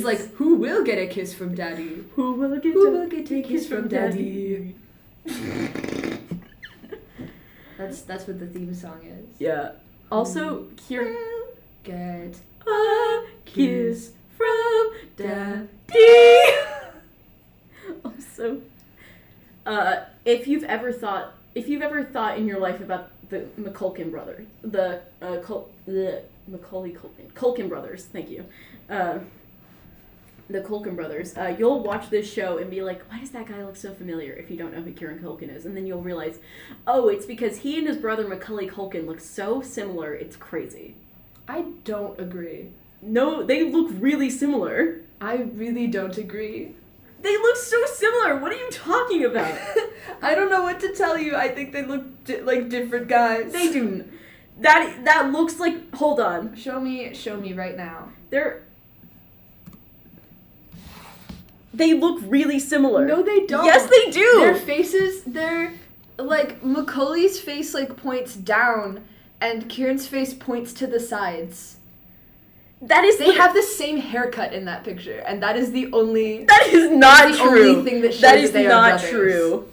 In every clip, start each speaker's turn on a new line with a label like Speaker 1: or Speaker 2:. Speaker 1: like, who will get a kiss from daddy?
Speaker 2: Who will get
Speaker 1: Who
Speaker 2: a
Speaker 1: will get a kiss from daddy? That's that's what the theme song is.
Speaker 2: Yeah. Also, Kira.
Speaker 1: Get
Speaker 2: A kiss
Speaker 1: kiss
Speaker 2: from
Speaker 1: daddy.
Speaker 2: daddy. also, uh, if you've ever thought, if you've ever thought in your life about the McCulkin brother, the uh, Cul- the Macaulay Culkin, Culkin brothers. Thank you. Uh, the Culkin brothers. Uh, you'll watch this show and be like, "Why does that guy look so familiar?" If you don't know who Kieran Culkin is, and then you'll realize, "Oh, it's because he and his brother Macaulay Culkin look so similar. It's crazy."
Speaker 1: I don't agree.
Speaker 2: No, they look really similar.
Speaker 1: I really don't agree.
Speaker 2: They look so similar. What are you talking about?
Speaker 1: I don't know what to tell you. I think they look di- like different guys.
Speaker 2: they do. n- That that looks like. Hold on.
Speaker 1: Show me, show me right now.
Speaker 2: They're. They look really similar.
Speaker 1: No, they don't.
Speaker 2: Yes, they do.
Speaker 1: Their faces, they're like Macaulay's face like points down, and Kieran's face points to the sides.
Speaker 2: that is.
Speaker 1: They have the same haircut in that picture, and that is the only.
Speaker 2: That is not
Speaker 1: the
Speaker 2: true.
Speaker 1: only thing that shows
Speaker 2: that is
Speaker 1: that they are
Speaker 2: not
Speaker 1: brothers.
Speaker 2: true.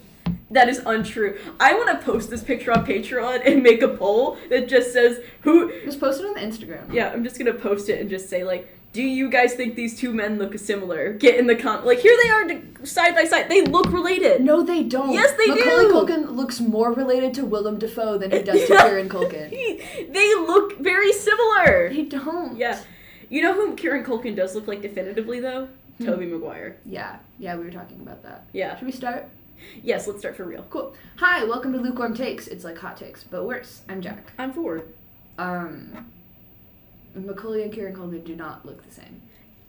Speaker 2: That is untrue. I want to post this picture on Patreon and make a poll that just says who
Speaker 1: It was posted on the Instagram.
Speaker 2: Yeah, I'm just gonna post it and just say like, do you guys think these two men look similar? Get in the com. Like here they are, d- side by side. They look related.
Speaker 1: No, they don't.
Speaker 2: Yes, they
Speaker 1: Macaulay
Speaker 2: do.
Speaker 1: Culkin looks more related to Willem Dafoe than he does to Kieran Culkin.
Speaker 2: they look very similar.
Speaker 1: They don't.
Speaker 2: Yeah, you know who Kieran Culkin does look like definitively though?
Speaker 1: Hmm.
Speaker 2: Toby Maguire.
Speaker 1: Yeah. Yeah. We were talking about that.
Speaker 2: Yeah.
Speaker 1: Should we start?
Speaker 2: Yes, let's start for real.
Speaker 1: Cool. Hi, welcome to Lukewarm Takes. It's like hot takes, but worse. I'm Jack.
Speaker 2: I'm for.
Speaker 1: Um, Macaulay and Kieran Culkin do not look the same.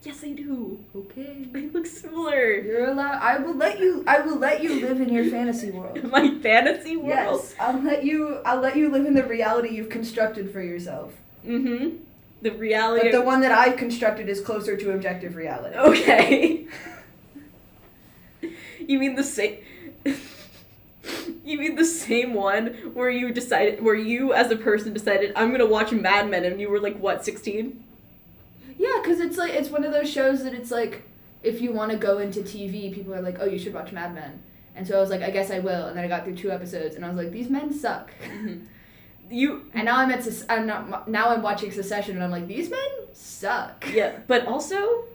Speaker 2: Yes, I do.
Speaker 1: Okay.
Speaker 2: They look similar.
Speaker 1: You're allowed. I will let you. I will let you live in your fantasy world.
Speaker 2: My fantasy world.
Speaker 1: Yes, I'll let you. I'll let you live in the reality you've constructed for yourself.
Speaker 2: Mm-hmm. The
Speaker 1: But
Speaker 2: reality.
Speaker 1: the one that I've constructed is closer to objective reality.
Speaker 2: Okay. you mean the same? you mean the same one where you decided, where you as a person decided, I'm gonna watch Mad Men, and you were like, what, 16?
Speaker 1: Yeah, because it's like it's one of those shows that it's like if you want to go into TV, people are like, oh, you should watch Mad Men. And so I was like, I guess I will. And then I got through two episodes, and I was like, these men suck.
Speaker 2: You.
Speaker 1: And now I'm at Sec- I'm not now I'm watching Secession, and I'm like, these men suck.
Speaker 2: Yeah, but also,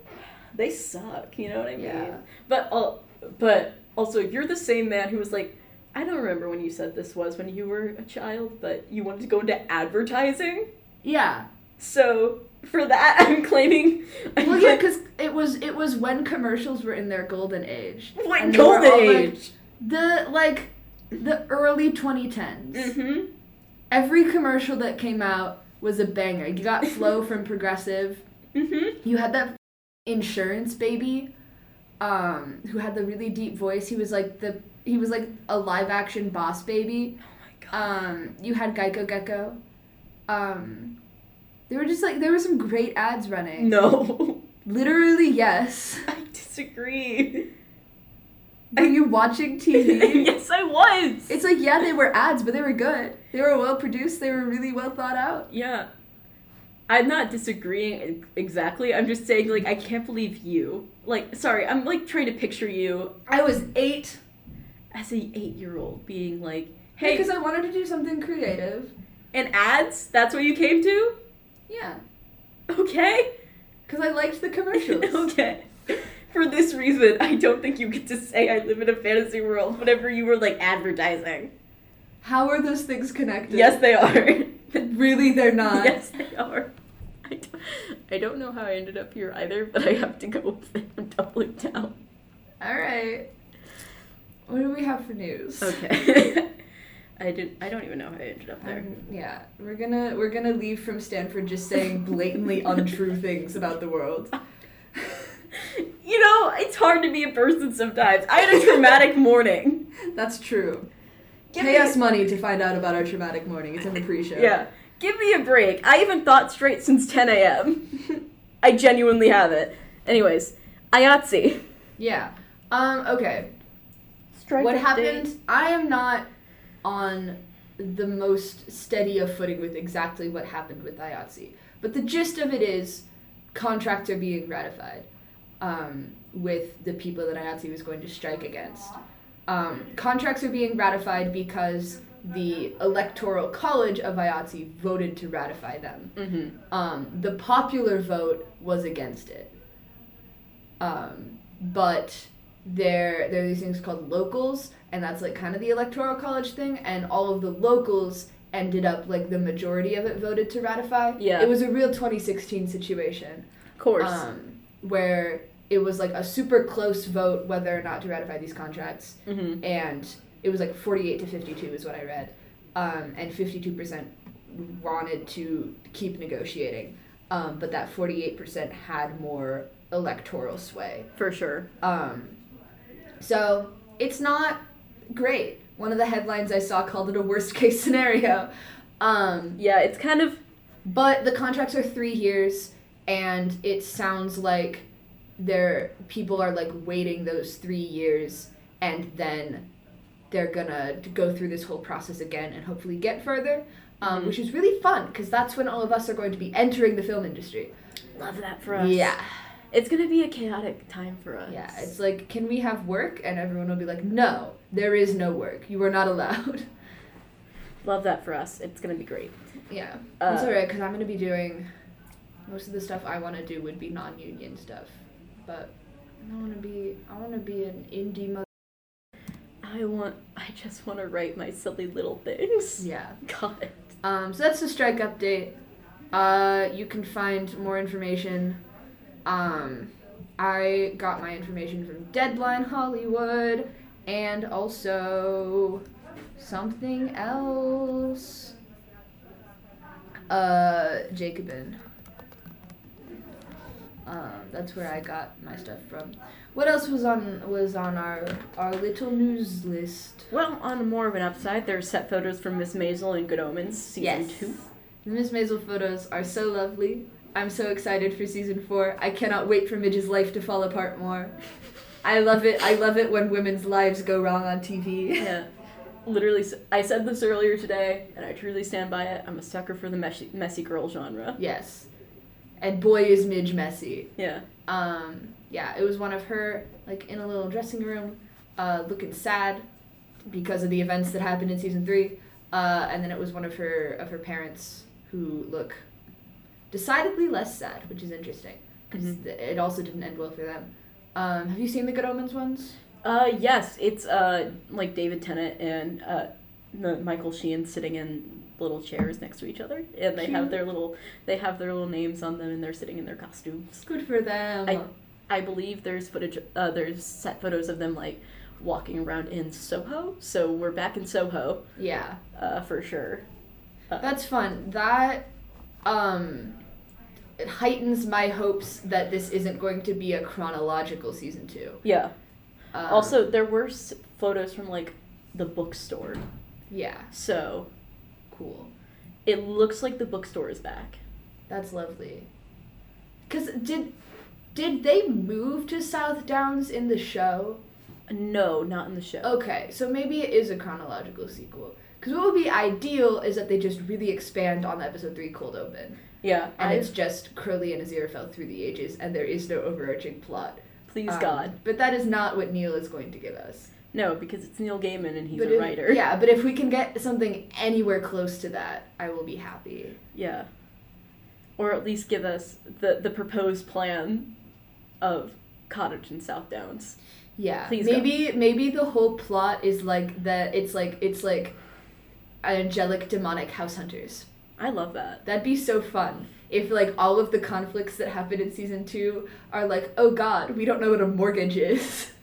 Speaker 2: they suck. You know what I mean?
Speaker 1: Yeah.
Speaker 2: But al- but also, you're the same man who was like. I don't remember when you said this was when you were a child, but you wanted to go into advertising.
Speaker 1: Yeah.
Speaker 2: So for that, I'm claiming. I'm
Speaker 1: Well,
Speaker 2: claim-
Speaker 1: yeah, because it was it was when commercials were in their golden age.
Speaker 2: What
Speaker 1: And they were
Speaker 2: golden
Speaker 1: all, like,
Speaker 2: age?
Speaker 1: The like, the early 2010s.
Speaker 2: Mm-hmm.
Speaker 1: Every commercial that came out was a banger. You got Flow from Progressive.
Speaker 2: Mm-hmm.
Speaker 1: You had that insurance baby, um, who had the really deep voice. He was like the he was like a live action boss baby.
Speaker 2: Oh my god.
Speaker 1: Um, you had Geico Gecko. Um, they were just like there were some great ads running.
Speaker 2: No.
Speaker 1: Literally, yes.
Speaker 2: I disagree.
Speaker 1: Are you watching TV?
Speaker 2: yes, I was.
Speaker 1: It's like yeah, they were ads, but they were good. They were well produced. They were really well thought out.
Speaker 2: yeah. I'm not disagreeing ex- exactly. I'm just saying like I can't believe you. Like sorry, I'm like trying to picture you
Speaker 1: I was eight
Speaker 2: as a 8-year-old being like, "Hey,
Speaker 1: because I wanted to do something creative.
Speaker 2: and ads? That's what you came to?"
Speaker 1: Yeah,
Speaker 2: Okay.
Speaker 1: because I liked the commercials.
Speaker 2: okay. For this reason, I don't think you get to say I live in a fantasy world whenever you were like advertising.
Speaker 1: How are those things connected?
Speaker 2: Yes, they are.
Speaker 1: Really, they're not.
Speaker 2: Yes, they are. I don't, I don't know how I ended up here either, but I have to go with it. I'm doubling down.
Speaker 1: All right. What do we have for news?
Speaker 2: Okay. I didn't. I don't even know how I ended up there.
Speaker 1: Um, yeah, we're gonna we're gonna leave from Stanford just saying blatantly untrue things about the world.
Speaker 2: You know, it's hard to be a person sometimes. I had a traumatic morning.
Speaker 1: That's true.
Speaker 2: Give
Speaker 1: Pay
Speaker 2: me-
Speaker 1: us money to find out about our traumatic morning. It's in the pre-show.
Speaker 2: Yeah. Give me a break. I haven't thought straight since 10 a.m. I genuinely haven't. Anyways, Ayatsi.
Speaker 1: Yeah. Um. Okay.
Speaker 2: Strike
Speaker 1: what happened? I am not on the most steady of footing with exactly what happened with IOTC. But the gist of it is contracts are being ratified. um, with the people that IATSE was going to strike against. Um, contracts are being ratified because the Electoral College of IATSE voted to ratify them.
Speaker 2: Mm-hmm.
Speaker 1: Um, the popular vote was against it. Um, but there, there are these things called locals, and that's like kind of the electoral college thing, and all of the locals ended up like the majority of it voted to ratify.
Speaker 2: Yeah.
Speaker 1: It was a real 2016 situation
Speaker 2: Of course.
Speaker 1: um, where it was like a super close vote whether or not to ratify these contracts,
Speaker 2: mm-hmm.
Speaker 1: and it was like 48 to 52 is what I read, um, and 52% wanted to keep negotiating, um, but that 48% had more electoral sway.
Speaker 2: For sure.
Speaker 1: Um, so it's not great. One of the headlines I saw called it a worst case scenario. Um,
Speaker 2: Yeah, it's kind of
Speaker 1: but the contracts are three years, and it sounds like they're people are like waiting those three years, and then they're gonna go through this whole process again and hopefully get further, um,
Speaker 2: Mhm.
Speaker 1: which is really fun because that's when all of us are going to be entering the film industry.
Speaker 2: love that for us.
Speaker 1: Yeah,
Speaker 2: It's gonna be a chaotic time for us.
Speaker 1: yeah. It's like, can we have work? And everyone will be like, no, there is no work. You are not allowed.
Speaker 2: love that for us. It's gonna be great.
Speaker 1: yeah,
Speaker 2: Uh,
Speaker 1: that's alright because I'm gonna be doing most of the stuff I want to do would be non-union stuff, but I want to be I want to be an indie mother.
Speaker 2: I want. I just want to write my silly little things.
Speaker 1: Yeah.
Speaker 2: God.
Speaker 1: Um, so that's the strike update. Uh, you can find more information. Um, I got my information from Deadline Hollywood and also something else. Uh, Jacobin. Um, that's where I got my stuff from. What else was on was on our our little news list?
Speaker 2: Well, on more of an upside, there's set photos from Miss Maisel in Good Omens season two.
Speaker 1: The Miss Maisel photos are so lovely. I'm so excited for season four. I cannot wait for Midge's life to fall apart more. I love it. I love it when women's lives go wrong on TV.
Speaker 2: Yeah. Literally, s- I said this earlier today, and I truly stand by it. I'm a sucker for the messy, messy girl genre.
Speaker 1: yes. And boy is Midge messy.
Speaker 2: Yeah.
Speaker 1: Um, yeah, it was one of her like in a little dressing room, uh, looking sad because of the events that happened in season three. Uh, and then it was one of her of her parents who look decidedly less sad, which is interesting because
Speaker 2: Mhm.
Speaker 1: it also didn't end well for them. Um, have you seen the Good Omens ones?
Speaker 2: Uh, yes, it's uh like David Tennant and uh the Michael Sheehan sitting in little chairs next to each other, and they have their little they have their little names on them, and they're sitting in their costumes.
Speaker 1: Good for them.
Speaker 2: I- I believe there's footage, uh, there's set photos of them like walking around in Soho. So we're back in Soho,
Speaker 1: yeah.
Speaker 2: uh, for sure. Uh,
Speaker 1: That's fun. That um it heightens my hopes that this isn't going to be a chronological season two.
Speaker 2: Yeah.
Speaker 1: Um,
Speaker 2: also, there were s- photos from like the bookstore,
Speaker 1: yeah,
Speaker 2: so
Speaker 1: cool.
Speaker 2: it looks like the bookstore is back.
Speaker 1: That's lovely. Cause did did they move to South Downs in the show?
Speaker 2: No, not in the show.
Speaker 1: Okay, so maybe it is a chronological sequel. Cause what would be ideal is that they just really expand on episode three, cold open,
Speaker 2: Yeah,
Speaker 1: and
Speaker 2: I-
Speaker 1: it's just Curly and Aziraphale through the ages, and there is no overarching plot.
Speaker 2: please
Speaker 1: Um,
Speaker 2: God.
Speaker 1: But that is not what Neil is going to give us.
Speaker 2: No, because it's Neil Gaiman and he's
Speaker 1: But
Speaker 2: a
Speaker 1: if-
Speaker 2: writer.
Speaker 1: Yeah, but if we can get something anywhere close to that, I will be happy.
Speaker 2: Yeah. Or at least give us the, the proposed plan of Cottage in South Downs.
Speaker 1: Yeah.
Speaker 2: Please go.
Speaker 1: maybe maybe the whole plot is like that it's like it's like angelic demonic house hunters.
Speaker 2: I love that.
Speaker 1: That'd be so fun. If like all of the conflicts that happen in season 2 are like, "Oh god, we don't know what a mortgage is."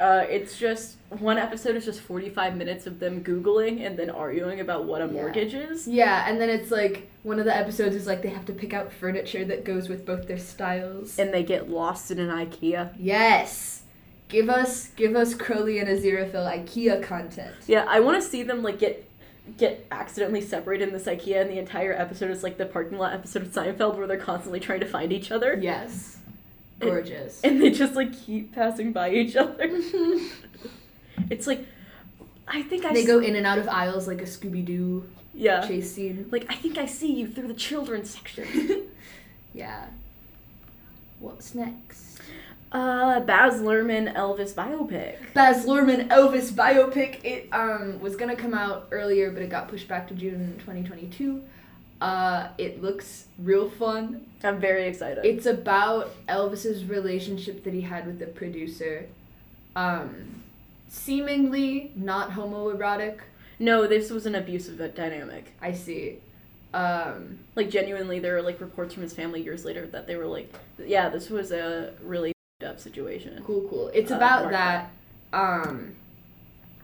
Speaker 2: Uh, it's just one episode is just 45 minutes of them Googling and then arguing about what a
Speaker 1: Yeah.
Speaker 2: mortgage is.
Speaker 1: yeah, and then it's like one of the episodes is like they have to pick out furniture that goes with both their styles.
Speaker 2: And they get lost in an IKEA.
Speaker 1: yes. Give us give us Crowley and Aziraphale IKEA content.
Speaker 2: Yeah, I want to see them like get get accidentally separated in this IKEA and the entire episode is like the parking lot episode of Seinfeld where they're constantly trying to find each other.
Speaker 1: Yes. Gorgeous.
Speaker 2: and they just like keep passing by each other. It's like I think I
Speaker 1: they
Speaker 2: s-
Speaker 1: go in and out of aisles like a Scooby Doo
Speaker 2: yeah.
Speaker 1: chase scene.
Speaker 2: Like I think I see you through the children's section.
Speaker 1: yeah. What's next?
Speaker 2: Uh, Baz Luhrmann Elvis biopic.
Speaker 1: Baz Luhrmann Elvis biopic. It um was gonna come out earlier, but it got pushed back to June 2022. Uh, it looks real fun.
Speaker 2: I'm very excited.
Speaker 1: It's about Elvis's relationship that he had with the producer. Um, seemingly not homoerotic.
Speaker 2: no, this was an abusive dynamic.
Speaker 1: I see. Um,
Speaker 2: Like genuinely, there are like reports from his family years later that they were like, yeah, this was a really f***ed up situation.
Speaker 1: cool, cool. It's
Speaker 2: Uh,
Speaker 1: about
Speaker 2: Mark
Speaker 1: that. Um,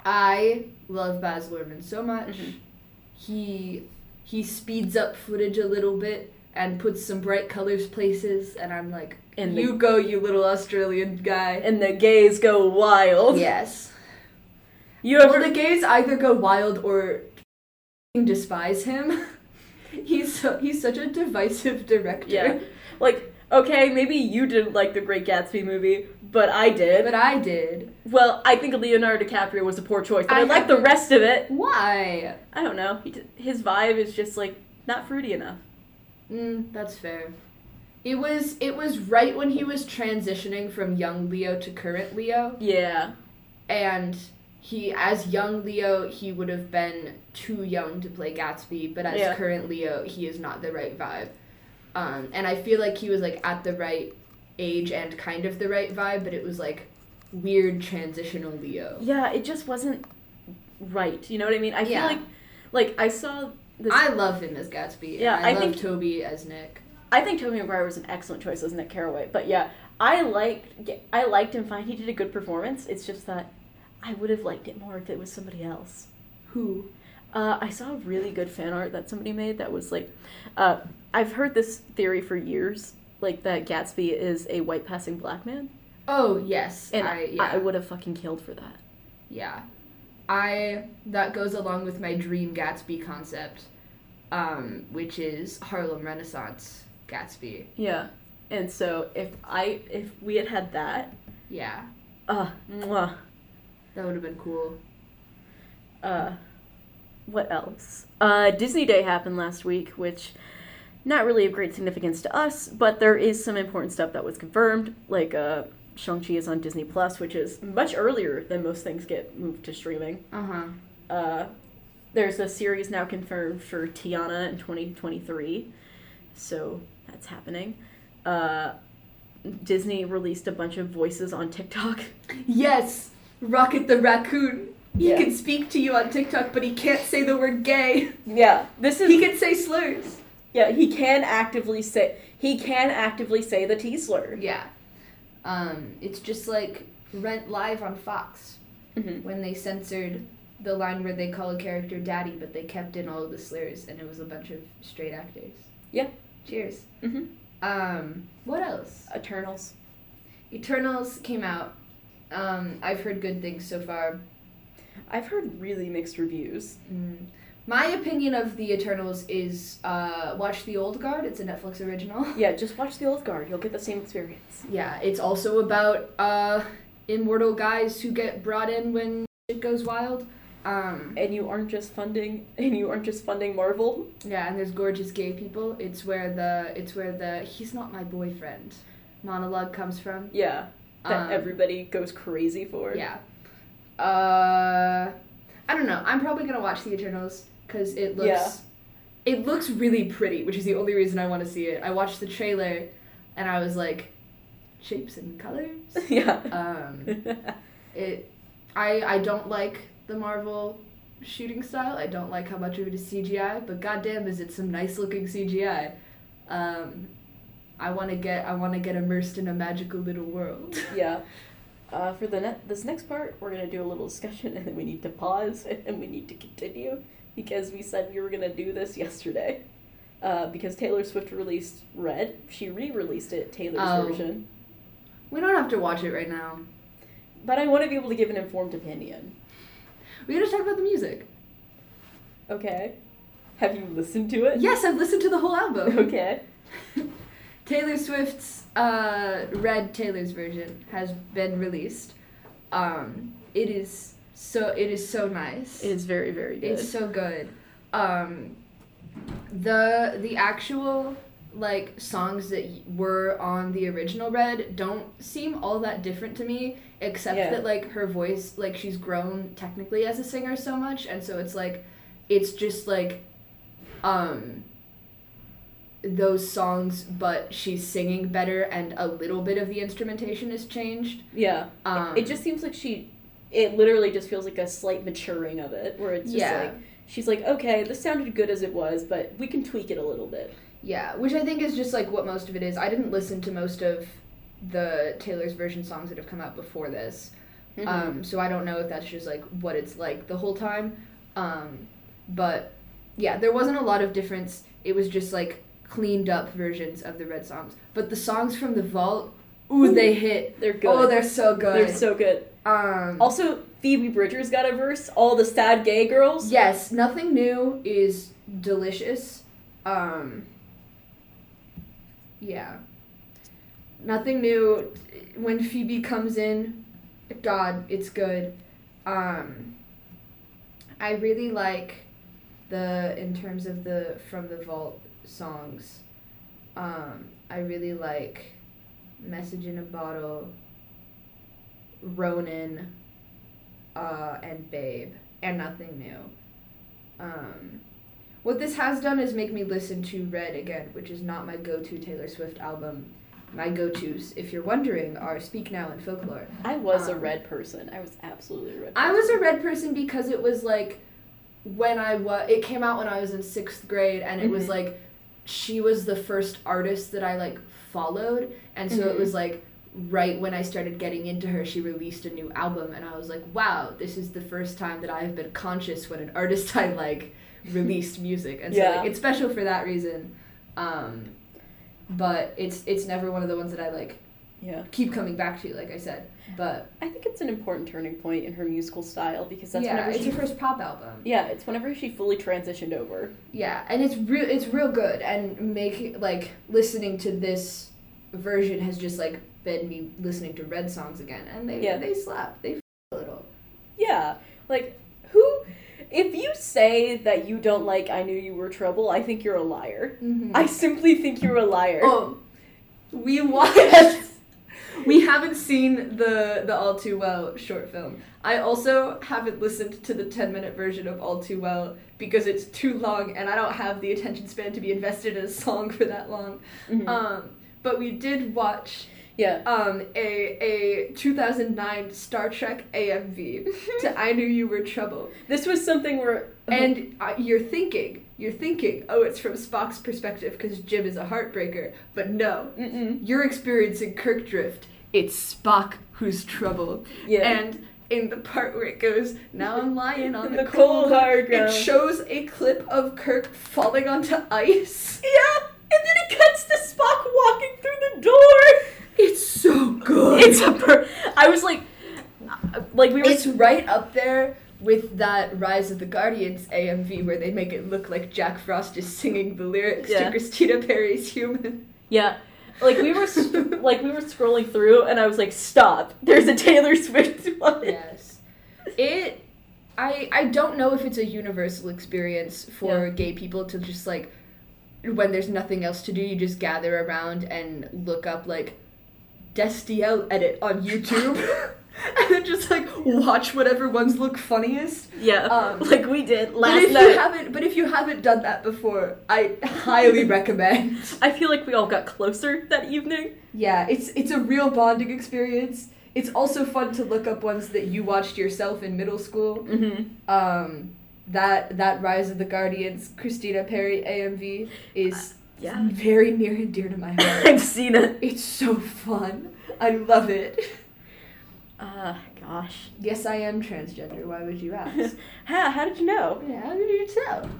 Speaker 1: I love Baz Luhrmann so much.
Speaker 2: Mhm.
Speaker 1: He he speeds up footage a little bit and puts some bright colors places, and I'm like,
Speaker 2: And the-
Speaker 1: you go, you little Australian guy.
Speaker 2: And the gays go wild.
Speaker 1: yes.
Speaker 2: You
Speaker 1: Well,
Speaker 2: ever?
Speaker 1: the gays either go wild or despise him. he's so, he's such a divisive director.
Speaker 2: Yeah. Like, okay, maybe you didn't like the Great Gatsby movie, but I did.
Speaker 1: But I did.
Speaker 2: Well, I think Leonardo DiCaprio was a poor choice, but I,
Speaker 1: I-
Speaker 2: like the rest of it.
Speaker 1: Why?
Speaker 2: I don't know. He d- his vibe is just like not fruity enough.
Speaker 1: Mm, that's fair. It was it was right when he was transitioning from young Leo to current Leo,
Speaker 2: Yeah.
Speaker 1: and he as young Leo he would have been too young to play Gatsby, but as
Speaker 2: Yeah.
Speaker 1: current Leo he is not the right vibe. Um, and I feel like he was like at the right age and kind of the right vibe, but it was like weird transitional Leo.
Speaker 2: Yeah, it just wasn't right. You know what I mean? I
Speaker 1: Yeah.
Speaker 2: feel like like I saw this I,
Speaker 1: I love him as Gatsby.
Speaker 2: Yeah,
Speaker 1: and I,
Speaker 2: I
Speaker 1: love
Speaker 2: think-
Speaker 1: Toby as Nick.
Speaker 2: think Toby McGuire was an excellent choice as Nick Carraway, but yeah, I liked I liked him fine. He did a good performance. It's just that I would have liked it more if it was somebody else.
Speaker 1: Who?
Speaker 2: Uh, I saw a really good fan art that somebody made that was like, uh, I've heard this theory for years, like that Gatsby is a white passing black man,
Speaker 1: Oh yes,
Speaker 2: and
Speaker 1: I,
Speaker 2: I,
Speaker 1: yeah.
Speaker 2: I would have fucking killed for that.
Speaker 1: Yeah. I that goes along with my dream Gatsby concept, um, which is Harlem Renaissance Gatsby.
Speaker 2: Yeah, and so if I if we had had that,
Speaker 1: Yeah.
Speaker 2: uh, mwah,
Speaker 1: That would have been cool.
Speaker 2: uh, what else? Uh, Disney Day happened last week, which not really of great significance to us, but there is some important stuff that was confirmed, like uh. Shang-Chi is on Disney Plus, which is much earlier than most things get moved to streaming.
Speaker 1: Uh-huh.
Speaker 2: uh, there's a series now confirmed for Tiana in 2023, so that's happening. Uh, Disney released a bunch of voices on TikTok.
Speaker 1: Yes! Rocket the raccoon. He
Speaker 2: Yeah.
Speaker 1: can speak to you on TikTok, but he can't say the word gay.
Speaker 2: Yeah, this is
Speaker 1: He can say slurs.
Speaker 2: yeah he can actively say he can actively say the T slur.
Speaker 1: Yeah. Um, it's just like Rent Live on Fox
Speaker 2: Mm-hmm.
Speaker 1: when they censored the line where they call a character daddy, but they kept in all of the slurs, and it was a bunch of straight actors.
Speaker 2: Yeah.
Speaker 1: Cheers.
Speaker 2: Mm-hmm.
Speaker 1: Um, what else?
Speaker 2: Eternals.
Speaker 1: Eternals came out. Um, I've heard good things so far.
Speaker 2: I've heard really mixed reviews.
Speaker 1: Mm. My opinion of the Eternals is uh, watch The Old Guard. It's a Netflix original.
Speaker 2: Yeah, just watch The Old Guard. You'll get the same experience.
Speaker 1: Yeah, it's also about uh, immortal guys who get brought in when it goes wild. Um,
Speaker 2: And you aren't just funding. And you aren't just funding Marvel.
Speaker 1: yeah, and there's gorgeous gay people. It's where the it's where the he's not my boyfriend monologue comes from.
Speaker 2: Yeah, that
Speaker 1: Um,
Speaker 2: everybody goes crazy for.
Speaker 1: Yeah. Uh, I don't know. I'm probably gonna watch The Eternals because it looks,
Speaker 2: Yeah.
Speaker 1: it looks really pretty, which is the only reason I want to see it. I watched the trailer, and I was like, shapes and colors.
Speaker 2: yeah.
Speaker 1: um, it, I I don't like the Marvel shooting style. I don't like how much of it is CGI, but goddamn, is it some nice looking CGI. Um, I want to get I want to get immersed in a magical little world.
Speaker 2: yeah. Uh, for the ne- this next part, we're gonna do a little discussion, and then we need to pause, and then we need to continue because we said we were gonna do this yesterday. Uh, because Taylor Swift released Red, she re-released it Taylor's
Speaker 1: Oh.
Speaker 2: version.
Speaker 1: We don't have to watch it right now.
Speaker 2: But I want to be able to give an informed opinion.
Speaker 1: We gotta talk about the music.
Speaker 2: Okay. Have you listened to it?
Speaker 1: Yes, I've listened to the whole album.
Speaker 2: Okay.
Speaker 1: Taylor Swift's uh, Red Taylor's version has been released. Um, it is so it is so nice.
Speaker 2: is very very
Speaker 1: It's so good. Um, the the actual like songs that y- were on the original Red don't seem all that different to me, except
Speaker 2: Yeah.
Speaker 1: that like her voice, like she's grown technically as a singer so much, and so it's like, it's just like, um, those songs, but she's singing better, and a little bit of the instrumentation is changed.
Speaker 2: Yeah.
Speaker 1: Um,
Speaker 2: it just seems like she it literally just feels like a slight maturing of it where it's just
Speaker 1: Yeah.
Speaker 2: like she's like okay this sounded good as it was but we can tweak it a little bit
Speaker 1: Yeah, which I think is just like what most of it is. I didn't listen to most of the Taylor's version songs that have come out before this,
Speaker 2: Mm-hmm.
Speaker 1: um, so I don't know if that's just like what it's like the whole time. Um, but yeah, there wasn't a lot of difference. It was just like cleaned up versions of the red songs. But the songs from the vault, ooh,
Speaker 2: Ooh,
Speaker 1: they hit.
Speaker 2: they're good
Speaker 1: Oh, they're so good.
Speaker 2: They're so good
Speaker 1: um,
Speaker 2: also phoebe bridgers got a verse all the sad gay girls
Speaker 1: Yes, nothing new is delicious. Um, yeah. Nothing new. When Phoebe comes in, God, it's good. Um, I really like the, in terms of the From the Vault songs, um, I really like Message in a Bottle, Ronin, uh, and Babe and nothing new. Um, what this has done is make me listen to Red again, which is not my go-to Taylor Swift album. My go-tos, if you're wondering, are Speak Now and Folklore.
Speaker 2: i was a
Speaker 1: Um,
Speaker 2: red person i was absolutely a red
Speaker 1: I was a Red person because it was like when I was. It came out when I was in sixth grade, and it was
Speaker 2: Mhm.
Speaker 1: like she was the first artist that I like followed, and so it
Speaker 2: Mhm.
Speaker 1: was like right when I started getting into her, she released a new album, and I was like, wow, this is the first time that I have been conscious when an artist I like released music, and so
Speaker 2: Yeah.
Speaker 1: like, it's special for that reason. Um, but it's it's never one of the ones that I like
Speaker 2: yeah
Speaker 1: keep coming back to, like I said. But
Speaker 2: i think it's an important turning point in her musical style because that's
Speaker 1: yeah,
Speaker 2: whenever
Speaker 1: it's
Speaker 2: she
Speaker 1: her first pop album.
Speaker 2: yeah it's whenever she fully transitioned over
Speaker 1: Yeah, and it's real. It's real good, and make like listening to this version has just like been me listening to Red songs again, and they
Speaker 2: Yeah.
Speaker 1: they slap. They f- a little.
Speaker 2: Yeah. Like, who. If you say that you don't like I Knew You Were Trouble, I think you're a liar.
Speaker 1: Mm-hmm.
Speaker 2: I simply think you're a liar.
Speaker 1: oh, we watched. we haven't seen the the All Too Well short film. I also haven't listened to the ten minute version of All Too Well because it's too long, and I don't have the attention span to be invested in a song for that long.
Speaker 2: Mhm.
Speaker 1: Um, but we did watch
Speaker 2: yeah.
Speaker 1: um, a, a 2009 Star Trek AMV to I Knew You Were Trouble.
Speaker 2: This was something where. uh-huh.
Speaker 1: And uh, you're thinking, you're thinking, oh, it's from Spock's perspective because Jim is a heartbreaker. But no,
Speaker 2: Mm-mm.
Speaker 1: you're experiencing Kirk drift. It's Spock who's trouble.
Speaker 2: Yeah.
Speaker 1: And in the part where it goes, now I'm lying on
Speaker 2: In
Speaker 1: the,
Speaker 2: the cold hard
Speaker 1: it
Speaker 2: ground.
Speaker 1: shows a clip of Kirk falling onto ice.
Speaker 2: yeah! And then it cuts to Spock walking through the door!
Speaker 1: It's so good.
Speaker 2: It's a. Per- I was like. uh, Like, we were.
Speaker 1: It's right up there with that Rise of the Guardians AMV where they make it look like Jack Frost is singing the lyrics
Speaker 2: Yeah.
Speaker 1: to Christina Perry's Human.
Speaker 2: Yeah. Like we were, s- like we were scrolling through, and I was like, "Stop! There's a Taylor Swift one."
Speaker 1: Yes. It I I don't know if it's a universal experience for gay people to just like when there's nothing else to do, you just gather around and look up like Destiel edit on YouTube and then just like watch whatever ones look funniest.
Speaker 2: Yeah,
Speaker 1: Um,
Speaker 2: like we did
Speaker 1: but
Speaker 2: last
Speaker 1: if
Speaker 2: night.
Speaker 1: you haven't, but if you haven't done that before, I highly recommend.
Speaker 2: I feel like we all got closer that evening.
Speaker 1: Yeah, it's it's a real bonding experience. It's also fun to look up ones that you watched yourself in middle school.
Speaker 2: Mm-hmm.
Speaker 1: Um, that that Rise of the Guardians, Christina Perry AMV is
Speaker 2: Yeah.
Speaker 1: very near and dear to my heart.
Speaker 2: I've seen it.
Speaker 1: it's so fun. I love it.
Speaker 2: Uh, gosh.
Speaker 1: Yes, I am transgender. Why would you ask?
Speaker 2: How, how did you know?
Speaker 1: yeah, how did you tell?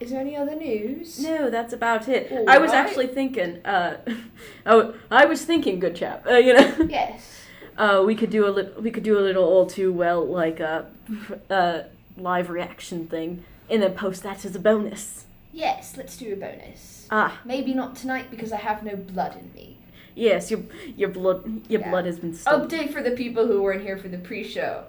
Speaker 1: Is there any other news?
Speaker 2: No, that's about it.
Speaker 1: Well,
Speaker 2: I was
Speaker 1: why-
Speaker 2: actually thinking, uh, oh, I was thinking, good chap. Uh, you know,
Speaker 1: Yes.
Speaker 2: uh, we could do a little, we could do a little all too well, like a, uh, live reaction thing, and then post that as a bonus.
Speaker 1: Yes, let's do a bonus.
Speaker 2: Ah,
Speaker 1: Maybe not tonight because I have no blood in me.
Speaker 2: yes, your your blood, your
Speaker 1: Yeah.
Speaker 2: blood has been stolen.
Speaker 1: Update for the people who weren't here for the pre-show.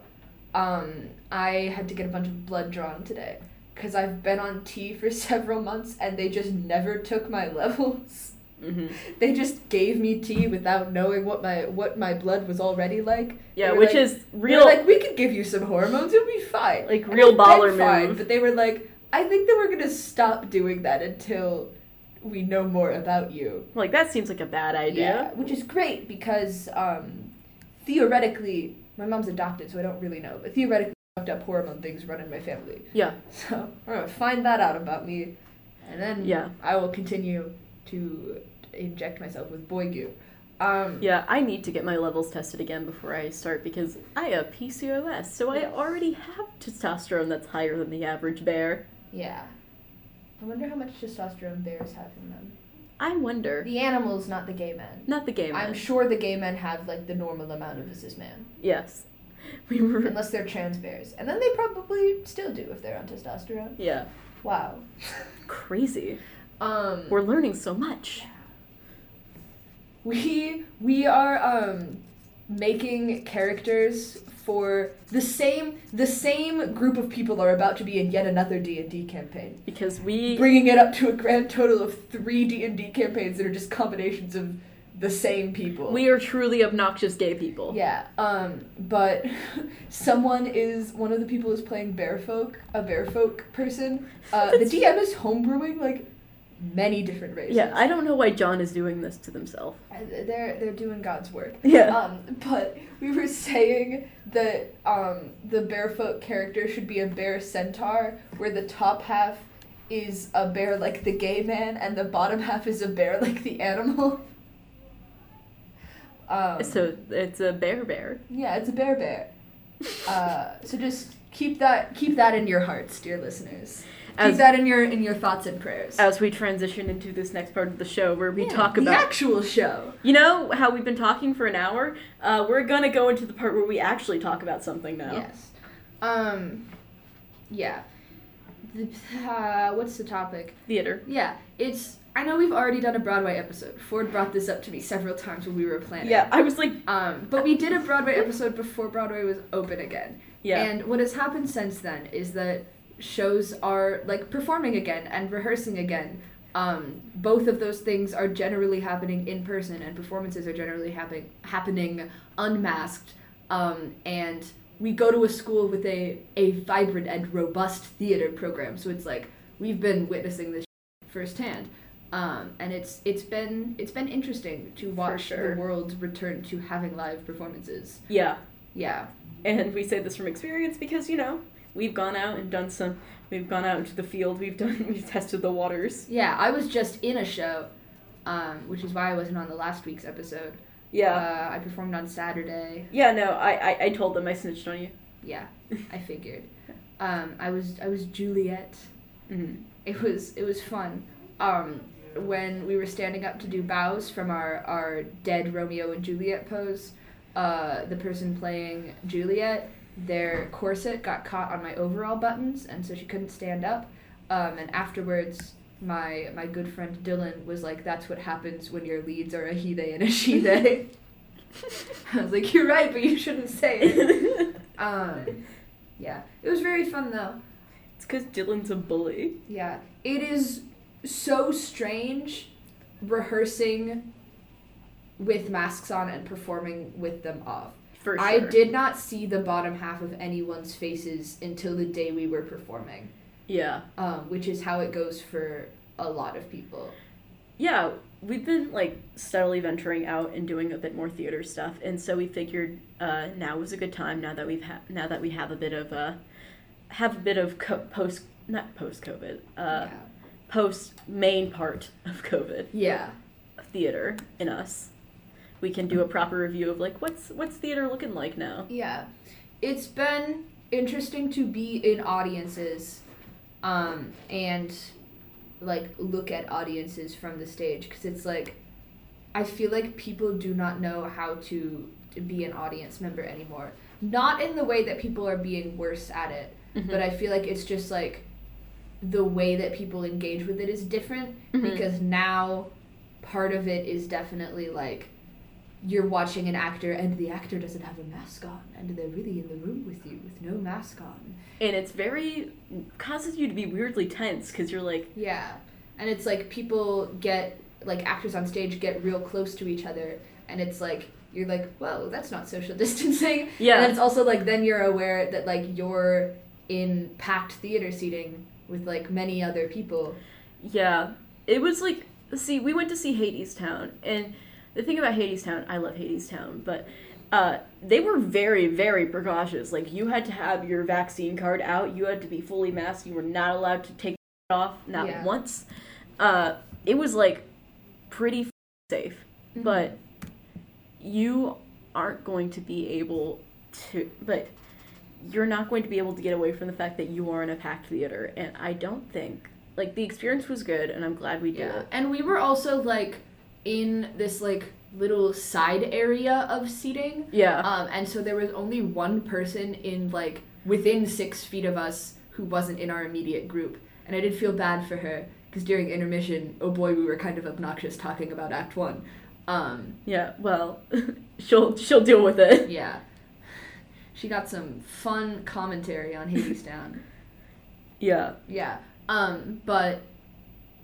Speaker 1: Um, I had to get a bunch of blood drawn today because I've been on tea for several months and they just never took my levels.
Speaker 2: hmm
Speaker 1: They just gave me tea without knowing what my what my blood was already like.
Speaker 2: Yeah,
Speaker 1: They were
Speaker 2: which
Speaker 1: like-
Speaker 2: is
Speaker 1: They were
Speaker 2: real.
Speaker 1: like we could give you some hormones, you'll be fine.
Speaker 2: Like,
Speaker 1: And
Speaker 2: real
Speaker 1: they've been
Speaker 2: baller
Speaker 1: fine,
Speaker 2: move.
Speaker 1: But they were like, I think that we're gonna stop doing that until we know more about you.
Speaker 2: Like that seems like a bad idea.
Speaker 1: which is great because um, theoretically, my mom's adopted, so I don't really know, but theoretically, fucked up hormone things run in my family.
Speaker 2: Yeah.
Speaker 1: So we're gonna find that out about me, and then
Speaker 2: Yeah.
Speaker 1: I will continue to inject myself with boy goo. Um,
Speaker 2: Yeah, I need to get my levels tested again before I start because I have PCOS, so I already have testosterone that's higher than the average bear.
Speaker 1: yeah. I wonder how much testosterone bears have in them.
Speaker 2: I wonder.
Speaker 1: The animals, not the gay men.
Speaker 2: Not the gay man.
Speaker 1: I'm sure the gay men have like the normal amount of this is man,
Speaker 2: yes. We were.
Speaker 1: unless they're trans bears, and then they probably still do if they're on testosterone.
Speaker 2: Yeah.
Speaker 1: Wow.
Speaker 2: Crazy.
Speaker 1: Um,
Speaker 2: We're learning so much.
Speaker 1: we we are um making characters for the same the same group of people are about to be in yet another D&D campaign
Speaker 2: Because we.
Speaker 1: bringing it up to a grand total of 3 D&D campaigns that are just combinations of the same people
Speaker 2: We are truly obnoxious gay people.
Speaker 1: yeah um but someone is one of the people is playing bearfolk a bearfolk person uh, the DM is homebrewing like many different races
Speaker 2: Yeah, I don't know why John is doing this to himself.
Speaker 1: they're they're doing God's work
Speaker 2: Yeah.
Speaker 1: Um, but we were saying that um, the barefoot character should be a bear centaur, where the top half is a bear like the gay man, and the bottom half is a bear like the animal. Um,
Speaker 2: so it's a bear bear.
Speaker 1: yeah, it's a bear bear. Uh, so just keep that keep that in your hearts, dear listeners.
Speaker 2: As-
Speaker 1: keep that in your in your thoughts and prayers.
Speaker 2: As we transition into this next part of the show where we
Speaker 1: Yeah,
Speaker 2: talk
Speaker 1: the
Speaker 2: about
Speaker 1: actual show.
Speaker 2: You know how we've been talking for an hour? Uh, we're gonna go into the part where we actually talk about something now.
Speaker 1: Yes. Um. Yeah. The, uh, what's the topic?
Speaker 2: Theater.
Speaker 1: Yeah, it's. I know we've already done a Broadway episode. Ford brought this up to me several times when we were planning.
Speaker 2: Yeah, I was like,
Speaker 1: Um, but we did a Broadway episode before Broadway was open again.
Speaker 2: yeah,
Speaker 1: And what has happened since then is that shows are like performing again and rehearsing again. Um, both of those things are generally happening in person, and performances are generally happening happening unmasked. Um, and we go to a school with a a vibrant and robust theater program, so it's like we've been witnessing this firsthand. Um, and it's it's been it's been interesting to watch
Speaker 2: sure.
Speaker 1: the world return to having live performances.
Speaker 2: yeah.
Speaker 1: Yeah.
Speaker 2: And we say this from experience because you know we've gone out and done some. We've gone out into the field. We've done. We've tested the waters.
Speaker 1: Yeah, I was just in a show, um, which is why I wasn't on the last week's episode.
Speaker 2: Yeah,
Speaker 1: Uh, I performed on Saturday.
Speaker 2: yeah. No, I, I, I told them I snitched on you.
Speaker 1: Yeah, I figured. Um, I was I was Juliet.
Speaker 2: Mm.
Speaker 1: It was it was fun. Um, when we were standing up to do bows from our our dead Romeo and Juliet pose, uh, the person playing Juliet, their corset got caught on my overall buttons, and so she couldn't stand up. Um, and afterwards, my my good friend Dylan was like, "That's what happens when your leads are a he they and a she they." I was like, "You're right, but you shouldn't say it." Um, yeah, it was very fun though.
Speaker 2: It's because Dylan's a bully.
Speaker 1: Yeah, it is so strange rehearsing with masks on and performing with them off.
Speaker 2: For sure.
Speaker 1: I did not see the bottom half of anyone's faces until the day we were performing,
Speaker 2: Yeah.
Speaker 1: um, which is how it goes for a lot of people.
Speaker 2: yeah we've been like steadily venturing out and doing a bit more theater stuff and so we figured uh, now was a good time now that we've ha- now that we have a bit of uh, have a bit of co- post not post covid uh,
Speaker 1: yeah.
Speaker 2: post main part of covid
Speaker 1: yeah,
Speaker 2: theater in us we can do a proper review of like what's what's theater looking like now
Speaker 1: yeah. It's been interesting to be in audiences um, and like look at audiences from the stage because it's like I feel like people do not know how to, to be an audience member anymore. Not in the way that people are being worse at it,
Speaker 2: Mm-hmm.
Speaker 1: but I feel like it's just like the way that people engage with it is different
Speaker 2: Mm-hmm.
Speaker 1: because now part of it is definitely like you're watching an actor and the actor doesn't have a mask on and they're really in the room with you with no mask on.
Speaker 2: and it's very causes you to be weirdly tense because you're like
Speaker 1: Yeah. And it's like people get like actors on stage get real close to each other, and it's like you're like, whoa, that's not social distancing.
Speaker 2: Yeah.
Speaker 1: And then it's also like then you're aware that like you're in packed theater seating with like many other people.
Speaker 2: Yeah. It was like see, we went to see Hades Town and the thing about Hades Town, I love Hades Town, but uh, they were very, very precautious. Like you had to have your vaccine card out, you had to be fully masked, you were not allowed to take it off, not
Speaker 1: Yeah.
Speaker 2: once. Uh, it was like pretty f- safe. But you aren't going to be able to but you're not going to be able to get away from the fact that you are in a packed theater and I don't think like the experience was good and I'm glad we did
Speaker 1: Yeah.
Speaker 2: it.
Speaker 1: And we were also like in this like little side area of seating.
Speaker 2: Yeah.
Speaker 1: Um, and so there was only one person in like within six feet of us who wasn't in our immediate group, and I did feel bad for her because during intermission, oh boy, we were kind of obnoxious talking about Act One. Um,
Speaker 2: Yeah, well, she'll she'll deal with it.
Speaker 1: yeah, she got some fun commentary on Hades Down.
Speaker 2: Yeah.
Speaker 1: Yeah. Um, but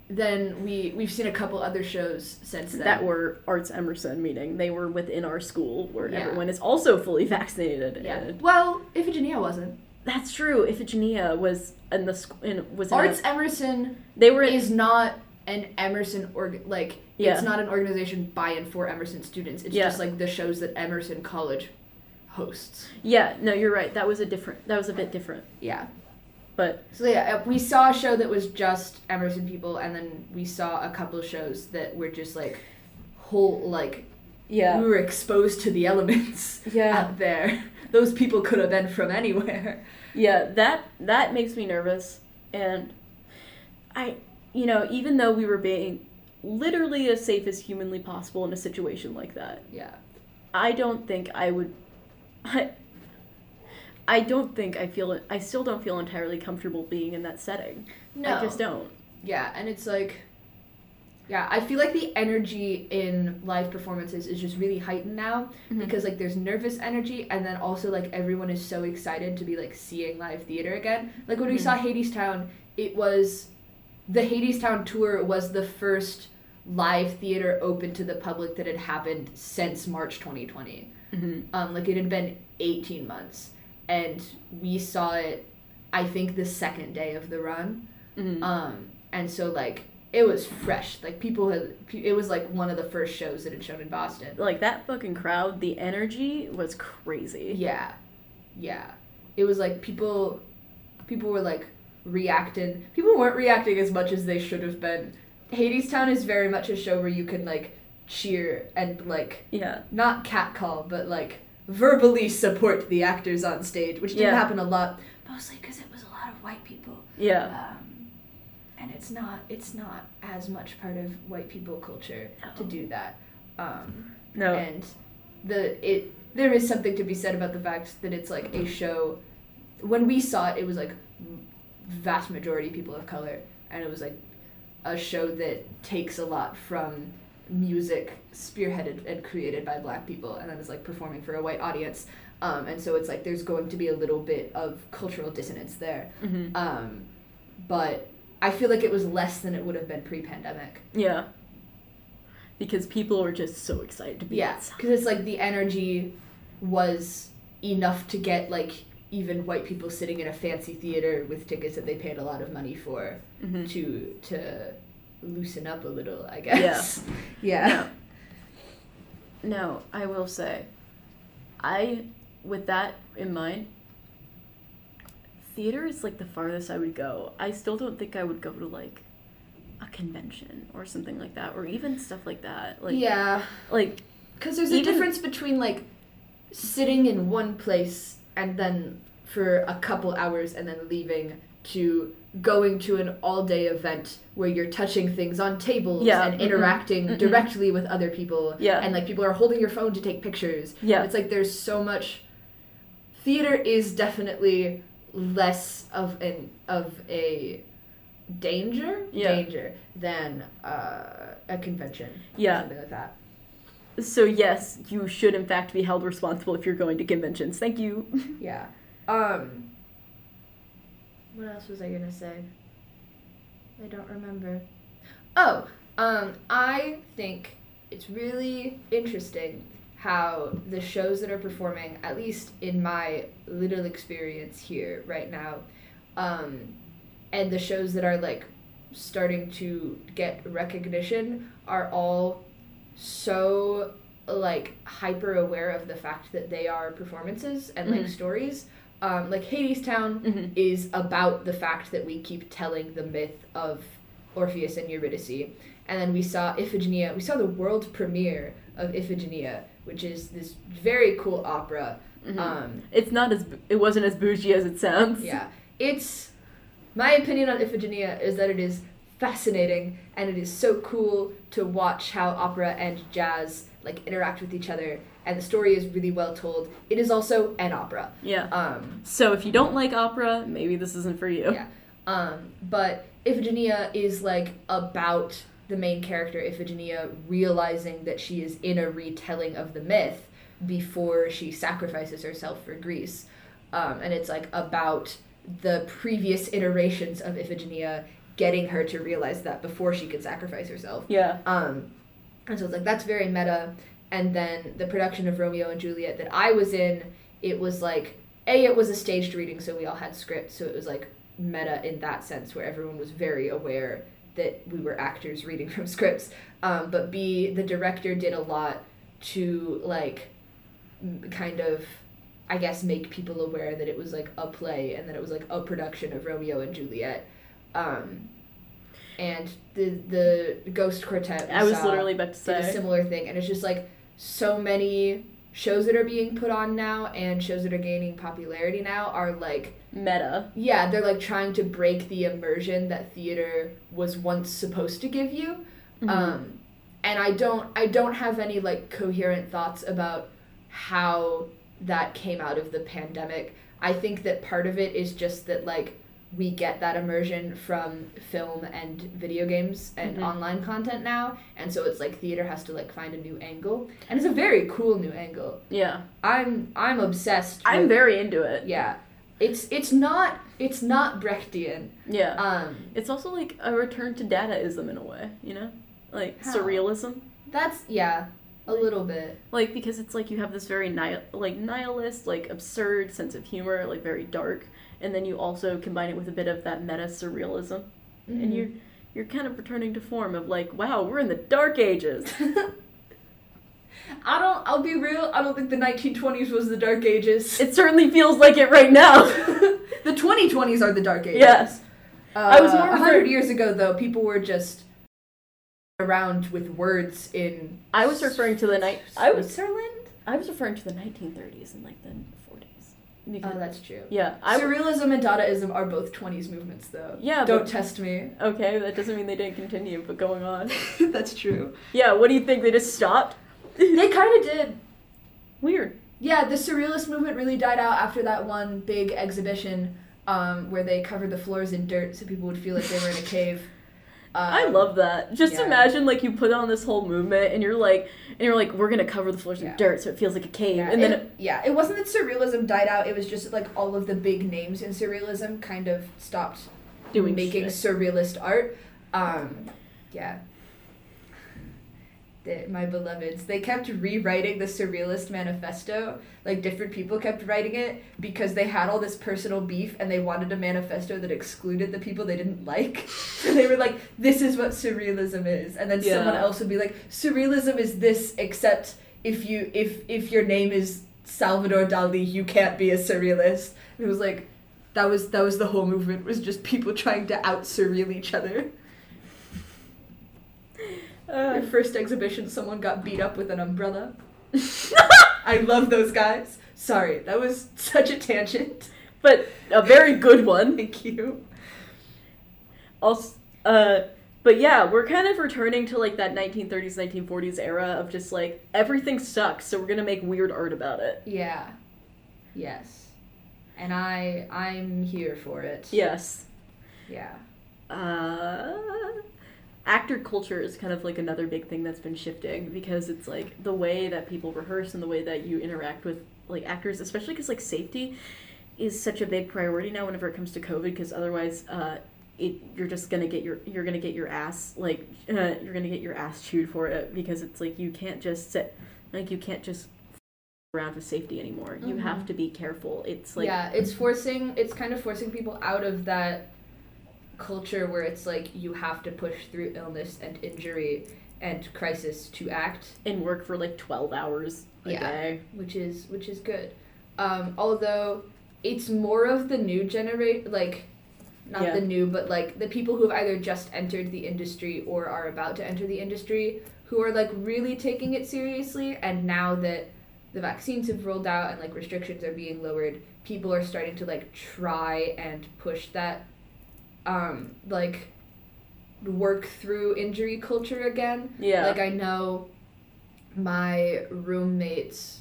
Speaker 1: then we we've seen a couple other shows since then.
Speaker 2: That were Arts Emerson meeting. They were within our school where
Speaker 1: Yeah.
Speaker 2: everyone is also fully vaccinated.
Speaker 1: yeah.
Speaker 2: and-
Speaker 1: Well, Iphigenia wasn't.
Speaker 2: that's true. Iphigenia was in the school in was in a-
Speaker 1: Arts Emerson
Speaker 2: they were
Speaker 1: is not an Emerson org like
Speaker 2: Yeah.
Speaker 1: it's not an organization by and for Emerson students. It's
Speaker 2: Yeah.
Speaker 1: just like the shows that Emerson College hosts.
Speaker 2: Yeah, no, you're right. That was a different that was a bit different.
Speaker 1: Yeah.
Speaker 2: But
Speaker 1: So yeah, uh, we saw a show that was just Emerson people, and then we saw a couple shows that were just like whole like we
Speaker 2: yeah.
Speaker 1: were exposed to the elements
Speaker 2: Yeah.
Speaker 1: out there. Those people could have been from anywhere.
Speaker 2: Yeah, that that makes me nervous and I you know, even though we were being literally as safe as humanly possible in a situation like that,
Speaker 1: Yeah.
Speaker 2: I don't think I would I I don't think I feel I still don't feel entirely comfortable being in that setting. I just don't.
Speaker 1: Yeah, and it's like, yeah, I feel like the energy in live performances is just really heightened now
Speaker 2: Hmm.
Speaker 1: because like there's nervous energy, and then also like everyone is so excited to be like seeing live theater again. Like when we
Speaker 2: Mhm.
Speaker 1: saw Hades Town, it was the Hades Town tour was the first live theater open to the public that had happened since March 2020.
Speaker 2: Mhm.
Speaker 1: um, like it had been 18 months and we saw it i think the second day of the run
Speaker 2: Mhm.
Speaker 1: um, and so like it was fresh like people had it was like one of the first shows that had shown in boston
Speaker 2: Like that fucking crowd, the energy was crazy.
Speaker 1: yeah yeah it was like people people were like reacting people weren't reacting as much as they should have been hades town is very much a show where you can like cheer and like
Speaker 2: Yeah.
Speaker 1: not catcall, but like verbally support the actors on stage, which didn't
Speaker 2: Yeah.
Speaker 1: happen a lot, mostly because it was a lot of white people,
Speaker 2: Yeah.
Speaker 1: um, and it's not it's not as much part of white people culture to
Speaker 2: No.
Speaker 1: do that, um,
Speaker 2: No.
Speaker 1: and the it there is something to be said about the fact that it's like a show. When we saw it, it was like vast majority people of color, and it was like a show that takes a lot from music spearheaded and created by black people and then is like performing for a white audience um, and so it's like there's going to be a little bit of cultural dissonance there
Speaker 2: Mhm.
Speaker 1: um, but i feel like it was less than it would have been pre-pandemic
Speaker 2: Yeah. Because people are just so excited to be
Speaker 1: yeah
Speaker 2: outside.
Speaker 1: because it's like the energy was enough to get like even white people sitting in a fancy theater with tickets that they paid a lot of money for
Speaker 2: Mhm.
Speaker 1: to to loosen up a little i guess yeah, yeah.
Speaker 2: No, I will say, I, with that in mind, theater is like the farthest I would go. I still don't think I would go to like a convention or something like that, or even stuff like that. Like,
Speaker 1: yeah
Speaker 2: like
Speaker 1: because there's a
Speaker 2: Even-
Speaker 1: difference between like sitting in one place and then for a couple hours and then leaving to going to an all-day event where you're touching things on tables
Speaker 2: Yeah,
Speaker 1: and
Speaker 2: mhm,
Speaker 1: interacting
Speaker 2: mhm.
Speaker 1: directly with other people
Speaker 2: Yeah.
Speaker 1: and like people are holding your phone to take pictures
Speaker 2: Yeah.
Speaker 1: it's like there's so much theater is definitely less of an of a danger
Speaker 2: Yeah.
Speaker 1: danger than uh, a convention or
Speaker 2: Yeah.
Speaker 1: something like that
Speaker 2: so yes, you should in fact be held responsible if you're going to conventions. Thank you.
Speaker 1: Yeah. Um. What else was I gonna say? I don't remember. Oh, Um, I think it's really interesting how the shows that are performing, at least in my little experience here right now, um, and the shows that are like starting to get recognition are all so like hyper aware of the fact that they are performances and like
Speaker 2: Mhm.
Speaker 1: stories. Um, like Hades Town
Speaker 2: Mhm.
Speaker 1: is about the fact that we keep telling the myth of Orpheus and Eurydice. And then we saw Iphigenia. We saw the world premiere of Iphigenia, which is this very cool opera.
Speaker 2: Mhm.
Speaker 1: Um,
Speaker 2: it's not as it wasn't as bougie as it sounds.
Speaker 1: yeah, it's my opinion on Iphigenia is that it is fascinating and it is so cool to watch how opera and jazz like interact with each other. And the story is really well told. It is also an opera.
Speaker 2: Yeah.
Speaker 1: Um,
Speaker 2: So if you don't like opera, maybe this isn't for you.
Speaker 1: Yeah. Um, but Iphigenia is like about the main character Iphigenia realizing that she is in a retelling of the myth before she sacrifices herself for Greece. Um, and it's like about the previous iterations of Iphigenia getting her to realize that before she could sacrifice herself.
Speaker 2: Yeah.
Speaker 1: Um, and so it's like that's very meta. And then the production of Romeo and Juliet that I was in, it was like a it was a staged reading, so we all had scripts, so it was like meta in that sense, where everyone was very aware that we were actors reading from scripts. Um, but b the director did a lot to like m- kind of I guess make people aware that it was like a play and that it was like a production of Romeo and Juliet. Um, and the the ghost quartet. we
Speaker 2: I was
Speaker 1: saw
Speaker 2: literally about to
Speaker 1: did a
Speaker 2: say.
Speaker 1: similar thing, and it's just like so many shows that are being put on now and shows that are gaining popularity now are like
Speaker 2: Meta.
Speaker 1: yeah they're like trying to break the immersion that theater was once supposed to give you
Speaker 2: Mm-hmm.
Speaker 1: um, and I don't I don't have any like coherent thoughts about how that came out of the pandemic. I think that part of it is just that like we get that immersion from film and video games and
Speaker 2: Mhm.
Speaker 1: online content now, and so it's like theater has to like find a new angle, and it's a very cool new angle.
Speaker 2: yeah.
Speaker 1: I'm I'm obsessed.
Speaker 2: I'm
Speaker 1: with-
Speaker 2: very into it.
Speaker 1: yeah. It's it's not it's not Brechtian.
Speaker 2: Yeah.
Speaker 1: Um,
Speaker 2: It's also like a return to dadaism in a way, you know? Like
Speaker 1: How?
Speaker 2: surrealism.
Speaker 1: that's yeah, a little bit.
Speaker 2: Like because it's like you have this very nihil- like nihilist, like absurd sense of humor, like very dark, and then you also combine it with a bit of that meta surrealism, and you're you're kind of returning to form of like, wow, we're in the dark ages.
Speaker 1: I don't. I'll be real. I don't think the 1920s was the Dark Ages.
Speaker 2: it certainly feels like it right now.
Speaker 1: the 2020s are the Dark Ages.
Speaker 2: Yes.
Speaker 1: Uh,
Speaker 2: I was more
Speaker 1: 100
Speaker 2: refer-
Speaker 1: years ago, though. People were just around with words in.
Speaker 2: I was referring to the night. I was
Speaker 1: Switzerland.
Speaker 2: I was referring to the 1930s and like the Um, 40s. Because
Speaker 1: Oh, that's true.
Speaker 2: yeah, I
Speaker 1: Surrealism and Dadaism are both 20s movements, though.
Speaker 2: yeah.
Speaker 1: don't
Speaker 2: But,
Speaker 1: test me.
Speaker 2: okay, that doesn't mean they didn't continue. But going on.
Speaker 1: that's true.
Speaker 2: Yeah, what do you think? They just stopped?
Speaker 1: They kind of did.
Speaker 2: Weird.
Speaker 1: Yeah, the surrealist movement really died out after that one big exhibition um, where they covered the floors in dirt so people would feel like they were in a cave. Um,
Speaker 2: I love that. Just
Speaker 1: yeah.
Speaker 2: imagine like you put on this whole movement and you're like and you're like, we're gonna cover the floors
Speaker 1: Yeah.
Speaker 2: in dirt so it feels like a cave.
Speaker 1: Yeah,
Speaker 2: and then
Speaker 1: it, yeah, it wasn't that surrealism died out. It was just like all of the big names in surrealism kind of stopped
Speaker 2: doing
Speaker 1: making
Speaker 2: shit.
Speaker 1: surrealist art. Um, yeah. The- my beloveds, they kept rewriting the Surrealist Manifesto. Like different people kept writing it because they had all this personal beef and they wanted a manifesto that excluded the people they didn't like. So they were like, "This is what surrealism is," and then
Speaker 2: Yeah.
Speaker 1: someone else would be like, "Surrealism is this, except if you if if your name is Salvador Dali, you can't be a surrealist." And it was like, that was that was the whole movement was just people trying to out surreal each other.
Speaker 2: Uh,
Speaker 1: Their first exhibition, someone got beat up with an umbrella. I love those guys. Sorry, that was such a tangent.
Speaker 2: but a very good one.
Speaker 1: Thank you.
Speaker 2: Also uh but yeah, we're kind of returning to like that 1930s, 1940s era of just like everything sucks, so we're gonna make weird art about it.
Speaker 1: Yeah. Yes. And I I'm here for it.
Speaker 2: Yes.
Speaker 1: Yeah.
Speaker 2: uh, actor culture is kind of like another big thing that's been shifting because it's like the way that people rehearse and the way that you interact with like actors, especially because like safety is such a big priority now whenever it comes to COVID because otherwise uh, it, you're just gonna get your you're gonna get your ass like uh, you're gonna get your ass chewed for it because it's like you can't just sit like you can't just around with safety anymore. You
Speaker 1: Mhm.
Speaker 2: have to be careful. It's like
Speaker 1: yeah, it's forcing. It's kind of forcing people out of that culture where it's like you have to push through illness and injury and crisis to act,
Speaker 2: and work for like twelve hours a
Speaker 1: Yeah.
Speaker 2: day.
Speaker 1: which is which is good. Um, although it's more of the new generate like not
Speaker 2: Yeah.
Speaker 1: the new but like the people who have either just entered the industry or are about to enter the industry who are like really taking it seriously and now that the vaccines have rolled out and like restrictions are being lowered people are starting to like try and push that um like work through injury culture again
Speaker 2: Yeah.
Speaker 1: like I know my roommates,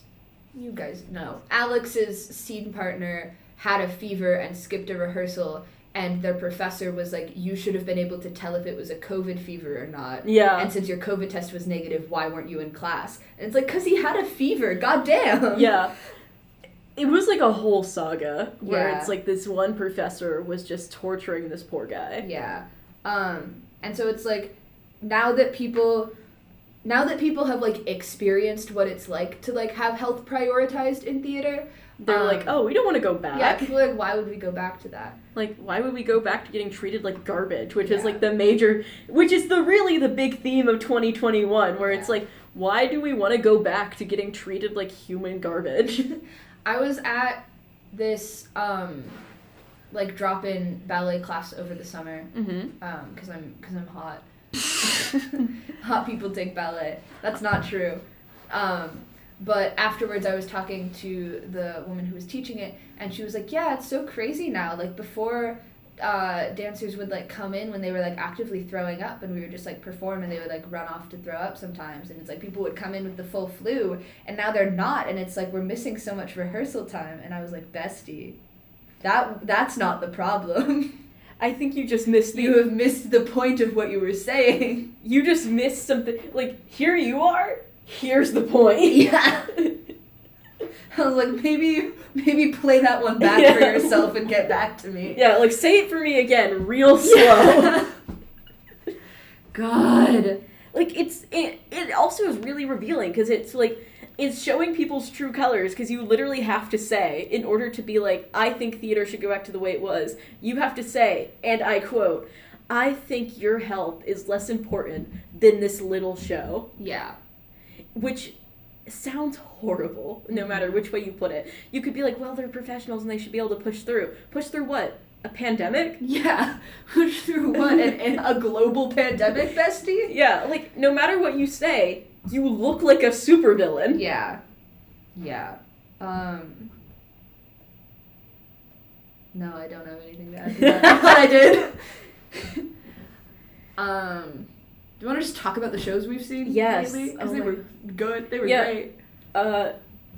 Speaker 1: you guys know, Alex's scene partner had a fever and skipped a rehearsal, and their professor was like, You should have been able to tell if it was a COVID fever or not.
Speaker 2: yeah.
Speaker 1: And since your COVID test was negative, why weren't you in class? And it's like, Because he had a fever, goddamn.
Speaker 2: yeah. It was like a whole saga where
Speaker 1: Yeah.
Speaker 2: it's like this one professor was just torturing this poor guy.
Speaker 1: Yeah. Um, and so it's like now that people now that people have like experienced what it's like to like have health prioritized in theater,
Speaker 2: They're
Speaker 1: Um,
Speaker 2: like, oh, we don't want to go back.
Speaker 1: Yeah, people are like, why would we go back to that?
Speaker 2: Like, why would we go back to getting treated like garbage, which is
Speaker 1: Yeah.
Speaker 2: like the major, which is the really the big theme of 2021, where it's
Speaker 1: Yeah.
Speaker 2: like, why do we want to go back to getting treated like human garbage?
Speaker 1: I was at this um, like drop-in ballet class over the summer
Speaker 2: mm-hmm.
Speaker 1: because um, I'm because I'm hot. hot people take ballet. That's not true. Um, but afterwards, I was talking to the woman who was teaching it, and she was like, "Yeah, it's so crazy now. Like before." Uh, dancers would like come in when they were like actively throwing up and we would just like perform and they would like run off to throw up sometimes and it's like people would come in with the full flu and now they're not and it's like we're missing so much rehearsal time and I was like bestie that that's not the problem
Speaker 2: I think you just missed the,
Speaker 1: you
Speaker 2: you,
Speaker 1: have missed the point of what you were saying.
Speaker 2: just missed something. Like, here you are. Here's the point.
Speaker 1: Yeah. I was like, maybe, maybe play that one back for
Speaker 2: Yeah.
Speaker 1: yourself and get back to me.
Speaker 2: Yeah, like say it for me again, real slow.
Speaker 1: God.
Speaker 2: like it's it, it also is really revealing because it's like it's showing people's true colors because you literally have to say in order to be like i think theater should go back to the way it was you have to say and i quote i think your health is less important than this little show
Speaker 1: Yeah.
Speaker 2: which sounds horrible no matter which way you put it you could be like well they're professionals and they should be able to push through push through what a pandemic
Speaker 1: Yeah. Push through what? And, and a global pandemic, bestie?
Speaker 2: yeah like no matter what you say you look like a supervillain
Speaker 1: Yeah. Yeah. Um. No, I don't have anything to add to that. I thought I did. um. Do you want to just talk about the shows we've seen?
Speaker 2: Yes.
Speaker 1: Because
Speaker 2: Oh
Speaker 1: they
Speaker 2: my-
Speaker 1: were good. They were
Speaker 2: Yeah.
Speaker 1: great.
Speaker 2: uh,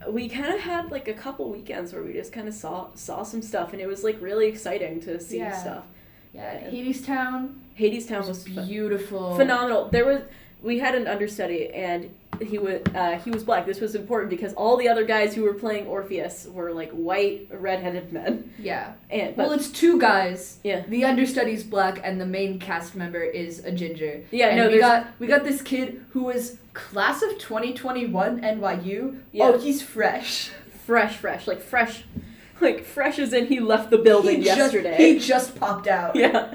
Speaker 2: we kind of had like a couple weekends where we just kind of saw saw some stuff, and it was like really exciting to see
Speaker 1: Yeah.
Speaker 2: stuff.
Speaker 1: Yeah. Hades Town
Speaker 2: Hades Town
Speaker 1: was
Speaker 2: was ph-
Speaker 1: beautiful.
Speaker 2: phenomenal. There was we had an understudy, and he was uh, he was black. This was important because all the other guys who were playing Orpheus were like white redheaded men,
Speaker 1: Yeah.
Speaker 2: and but
Speaker 1: Well, it's two guys.
Speaker 2: Yeah.
Speaker 1: The understudy's black, and the main cast member is a ginger.
Speaker 2: yeah,
Speaker 1: and
Speaker 2: no,
Speaker 1: we
Speaker 2: there's
Speaker 1: got we got this kid who was class of 2021 NYU.
Speaker 2: Yeah.
Speaker 1: Oh, he's fresh.
Speaker 2: fresh, fresh, like fresh, like fresh as in he left the building
Speaker 1: He just-
Speaker 2: yesterday.
Speaker 1: he just popped out.
Speaker 2: yeah,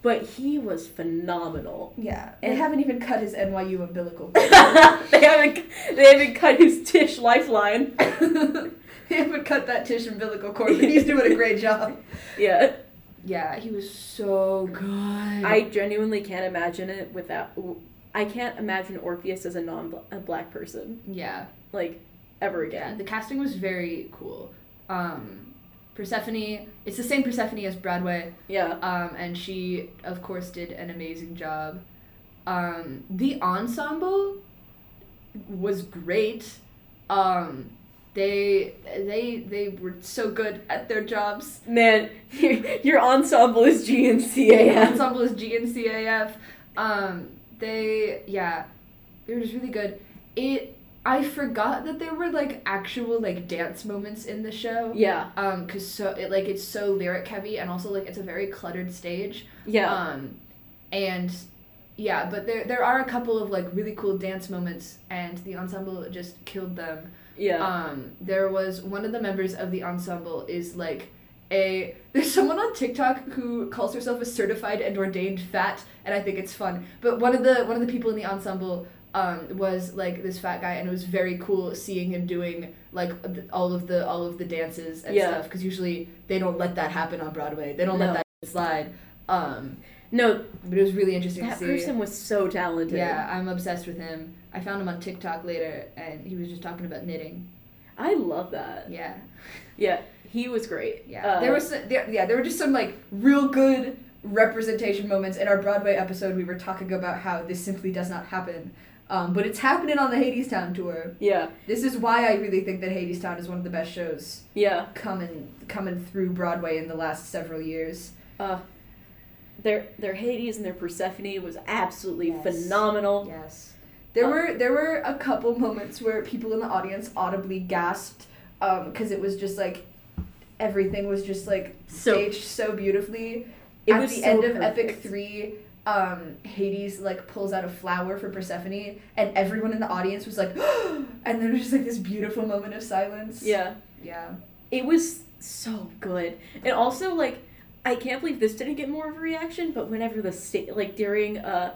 Speaker 2: but he was phenomenal.
Speaker 1: Yeah,
Speaker 2: And-
Speaker 1: haven't even cut his NYU umbilical.
Speaker 2: they haven't they haven't cut his Tish lifeline.
Speaker 1: they haven't cut that Tish umbilical cord, but he's doing a great job.
Speaker 2: Yeah,
Speaker 1: Yeah, he was so good.
Speaker 2: I genuinely can't imagine it without. I can't imagine Orpheus as a non-black person
Speaker 1: yeah
Speaker 2: like ever
Speaker 1: yeah
Speaker 2: again.
Speaker 1: the casting was very cool. Um, Persephone, it's the same Persephone as Broadway,
Speaker 2: Yeah,
Speaker 1: um, and she of course did an amazing job. Um, the ensemble was great. Um, they they they were so good at their jobs.
Speaker 2: man, your ensemble is
Speaker 1: Yeah,
Speaker 2: GNCAF.
Speaker 1: ensemble is GNCAF. Um, they yeah, they were just really good. It I forgot that there were like actual like dance moments in the show.
Speaker 2: Yeah.
Speaker 1: Um, cause so it like it's so lyric heavy and also like it's a very cluttered stage.
Speaker 2: Yeah.
Speaker 1: Um, and yeah, but there there are a couple of like really cool dance moments, and the ensemble just killed them.
Speaker 2: yeah.
Speaker 1: Um, there was one of the members of the ensemble is like a there's someone on TikTok who calls herself a certified and ordained fat, and I think it's fun. But one of the one of the people in the ensemble um, was like this fat guy, and it was very cool seeing him doing like uh, th- all of the all of the dances and
Speaker 2: Yeah.
Speaker 1: stuff because usually they don't let that happen on Broadway. They don't
Speaker 2: No.
Speaker 1: let that slide. Um,
Speaker 3: No,
Speaker 1: but it was really interesting
Speaker 3: that
Speaker 1: to see.
Speaker 3: person was so talented.
Speaker 1: yeah, I'm obsessed with him. I found him on TikTok later, and he was just talking about knitting.
Speaker 2: I love that.
Speaker 1: Yeah,
Speaker 2: Yeah. He was great.
Speaker 1: yeah.
Speaker 2: Uh,
Speaker 1: there was some, there, yeah, there were just some like real good representation moments in our Broadway episode. We were talking about how this simply does not happen, um, but it's happening on the Hades Town tour.
Speaker 2: Yeah.
Speaker 1: This is why I really think that Hades Town is one of the best shows
Speaker 2: Yeah.
Speaker 1: coming coming through Broadway in the last several years.
Speaker 2: Their their Hades and their Persephone was absolutely
Speaker 1: Yes.
Speaker 2: phenomenal.
Speaker 1: Yes. There
Speaker 2: Um,
Speaker 1: were there were a couple moments where people in the audience audibly gasped because it was just like everything was just like
Speaker 3: So-
Speaker 1: staged so beautifully.
Speaker 2: It
Speaker 1: At
Speaker 2: was
Speaker 1: the
Speaker 2: so
Speaker 1: end of Epic
Speaker 2: perfect.
Speaker 1: Three, um, Hades like pulls out a flower for Persephone, and everyone in the audience was like, and there was just like this beautiful moment of silence.
Speaker 2: Yeah.
Speaker 1: Yeah.
Speaker 2: It was so good. And also like I can't believe this didn't get more of a reaction, but whenever the state like during uh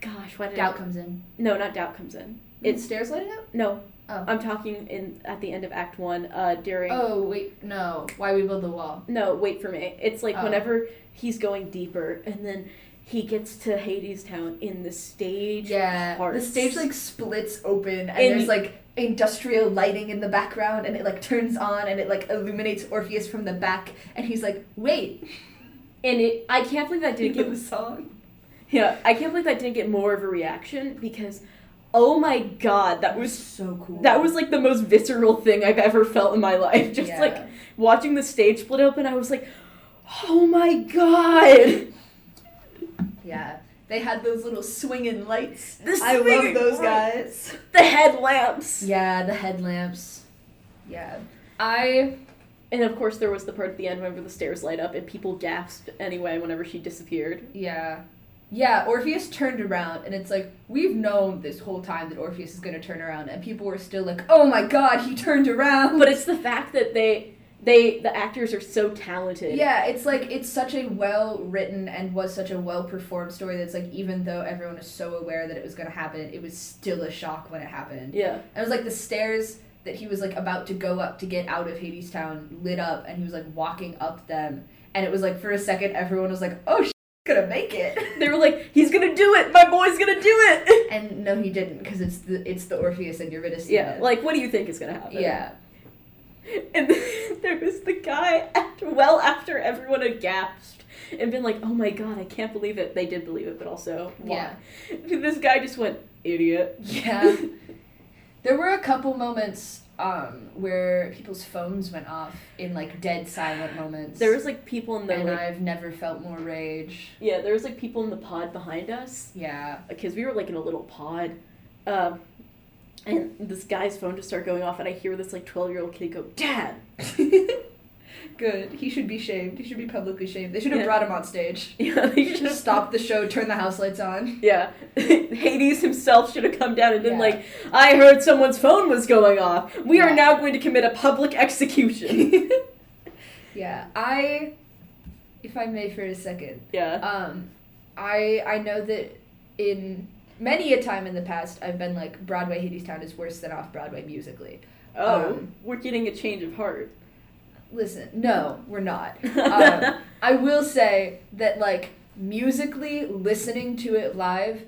Speaker 2: gosh, why did I,
Speaker 1: Doubt comes in.
Speaker 2: No, not doubt comes in. It's
Speaker 1: stairs lighting up.
Speaker 2: no.
Speaker 1: Oh.
Speaker 2: I'm talking in at the end of act 1 uh during
Speaker 1: Oh wait, no. Why we build the wall?
Speaker 2: No, wait for me. It's like
Speaker 1: Oh.
Speaker 2: whenever he's going deeper and then he gets to Hades Town in the stage.
Speaker 1: Yeah,
Speaker 2: parts.
Speaker 1: the stage like splits open, and,
Speaker 2: And-
Speaker 1: there's like industrial lighting in the background, and it like turns on, and it like illuminates Orpheus from the back, and he's like, "Wait,
Speaker 2: And it I can't believe that didn't
Speaker 1: you know
Speaker 2: get
Speaker 1: the song?"
Speaker 2: Yeah, I can't believe that didn't get more of a reaction because oh my god, that was
Speaker 1: so cool.
Speaker 2: that was like the most visceral thing I've ever felt in my life. Just
Speaker 1: Yeah.
Speaker 2: like watching the stage split open, I was like, "Oh my god."
Speaker 1: yeah. They had those little swinging lights.
Speaker 2: The
Speaker 1: I love
Speaker 2: swinging
Speaker 1: those guys.
Speaker 2: The headlamps.
Speaker 1: Yeah, the headlamps. Yeah, I
Speaker 2: And of course there was the part at the end whenever the stairs light up and people gasped anyway whenever she disappeared.
Speaker 1: yeah. Yeah, Orpheus turned around, and it's like, we've known this whole time that Orpheus is gonna turn around, and people were still like, oh my god, he turned around!
Speaker 2: But it's the fact that they they the actors are so talented.
Speaker 1: Yeah, it's like it's such a well written and was such a well performed story that's like even though everyone is so aware that it was gonna happen, it was still a shock when it happened.
Speaker 2: Yeah.
Speaker 1: And it was like the stairs that he was like about to go up to get out of Hades Town lit up and he was like walking up them and it was like for a second everyone was like, Oh sh gonna make it
Speaker 2: They were like, "He's going to do it. My boy's going to do it."
Speaker 1: And no he didn't because it's the it's the Orpheus and Eurydice.
Speaker 2: yeah.
Speaker 1: myth.
Speaker 2: Like, what do you think is going to happen?
Speaker 1: Yeah.
Speaker 2: And there was the guy after, well after everyone had gasped and been like, "Oh my god, I can't believe it." They did believe it, but also why? This guy just went, "Idiot."
Speaker 1: Yeah. there were a couple moments um, where people's phones went off in like dead silent moments.
Speaker 2: There was like people in the
Speaker 1: and
Speaker 2: like,
Speaker 1: I've never felt more rage.
Speaker 2: yeah, there was like people in the pod behind us
Speaker 1: Yeah.
Speaker 2: because we were like in a little pod. Um, and this guy's phone just started going off, and I hear this like twelve year old kid go, "Dad,
Speaker 1: Good. He should be shamed. He should be publicly shamed. They should have
Speaker 2: Yeah.
Speaker 1: brought him on stage.
Speaker 2: Yeah, they
Speaker 1: They should
Speaker 2: should
Speaker 1: have stopped the show, turned the house lights on.
Speaker 2: Yeah, Hades himself should have come down and been
Speaker 1: Yeah.
Speaker 2: like, "I heard someone's phone was going off. We
Speaker 1: Yeah.
Speaker 2: are now going to commit a public execution."
Speaker 1: Yeah. I if I may for a second.
Speaker 2: yeah,
Speaker 1: Um I I know that in many a time in the past I've been like Broadway Hadestown is worse than off Broadway musically.
Speaker 2: Oh,
Speaker 1: Um,
Speaker 2: we're getting a change of heart.
Speaker 1: Listen, no, we're not. Um, I will say that like musically listening to it live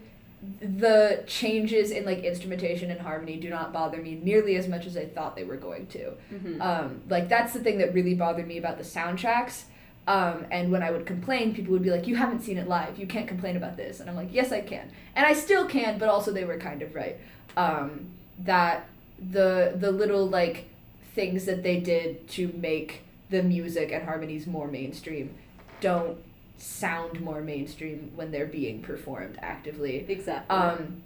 Speaker 1: the changes in like instrumentation and harmony do not bother me nearly as much as I thought they were going to.
Speaker 2: Mhm.
Speaker 1: Um, like that's the thing that really bothered me about the soundtracks. Um, and when I would complain, people would be like, "You haven't seen it live. You can't complain about this." And I'm like, "Yes, I can." And I still can, but also they were kind of right. Um, that the the little like things that they did to make the music and harmonies more mainstream don't sound more
Speaker 2: Um,
Speaker 1: mainstream when they're being performed actively.
Speaker 2: exactly.
Speaker 1: Um,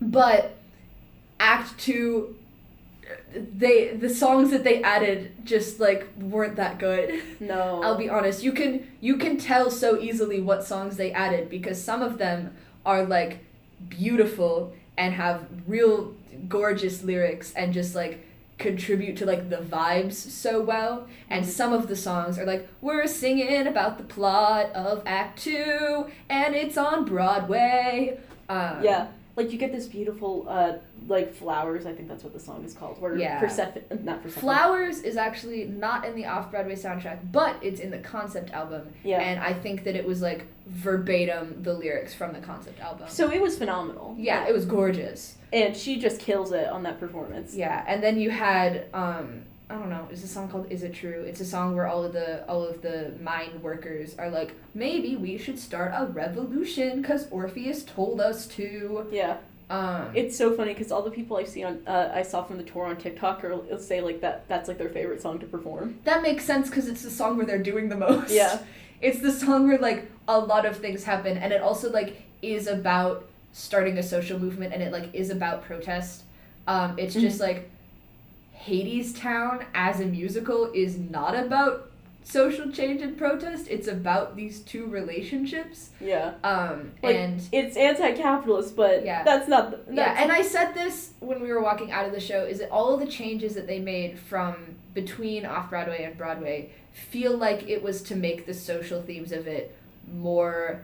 Speaker 1: but Act Two, they the songs that they added just like weren't that good.
Speaker 4: No.
Speaker 1: I'll be honest. You can you can tell so easily what songs they added because some of them are like beautiful and have real gorgeous lyrics and just like contribute to like the vibes so well and some of the songs are like we're singing about the plot of act 2 and it's on broadway um,
Speaker 2: yeah. Like you get this beautiful, uh, like flowers. I think that's what the song is called. Where
Speaker 1: Yeah.
Speaker 2: Persephone, not Persephone.
Speaker 1: flowers is actually not in the off-broadway soundtrack but it's in the concept album
Speaker 2: Yeah.
Speaker 1: and i think that it was like verbatim the lyrics from the concept album
Speaker 2: so it was phenomenal.
Speaker 1: yeah it was gorgeous
Speaker 2: And she just kills it on that performance.
Speaker 1: Yeah, and then you had um I don't know, is a song called Is It True? It's a song where all of the all of the mine workers are like, maybe we should start a revolution cuz Orpheus told us to.
Speaker 2: Yeah.
Speaker 1: Um
Speaker 2: It's so funny because all the people I've seen on, uh, I saw from the tour on TikTok are will say like that. That's like their favorite song to perform.
Speaker 1: that makes sense cuz it's the song where they're doing the most.
Speaker 2: Yeah.
Speaker 1: It's the song where like a lot of things happen and it also like is about starting a social movement and it like is about protest. Um it's
Speaker 2: Mm.
Speaker 1: just like Hades Town as a musical is not about social change and protest. It's about these two relationships.
Speaker 2: Yeah.
Speaker 1: Um
Speaker 2: Like,
Speaker 1: and
Speaker 2: It's anti-capitalist, but
Speaker 1: Yeah.
Speaker 2: that's not. The,
Speaker 1: yeah,
Speaker 2: that's-
Speaker 1: and I said this when we were walking out of the show is that all of the changes that they made from between off Broadway and Broadway feel like it was to make the social themes of it more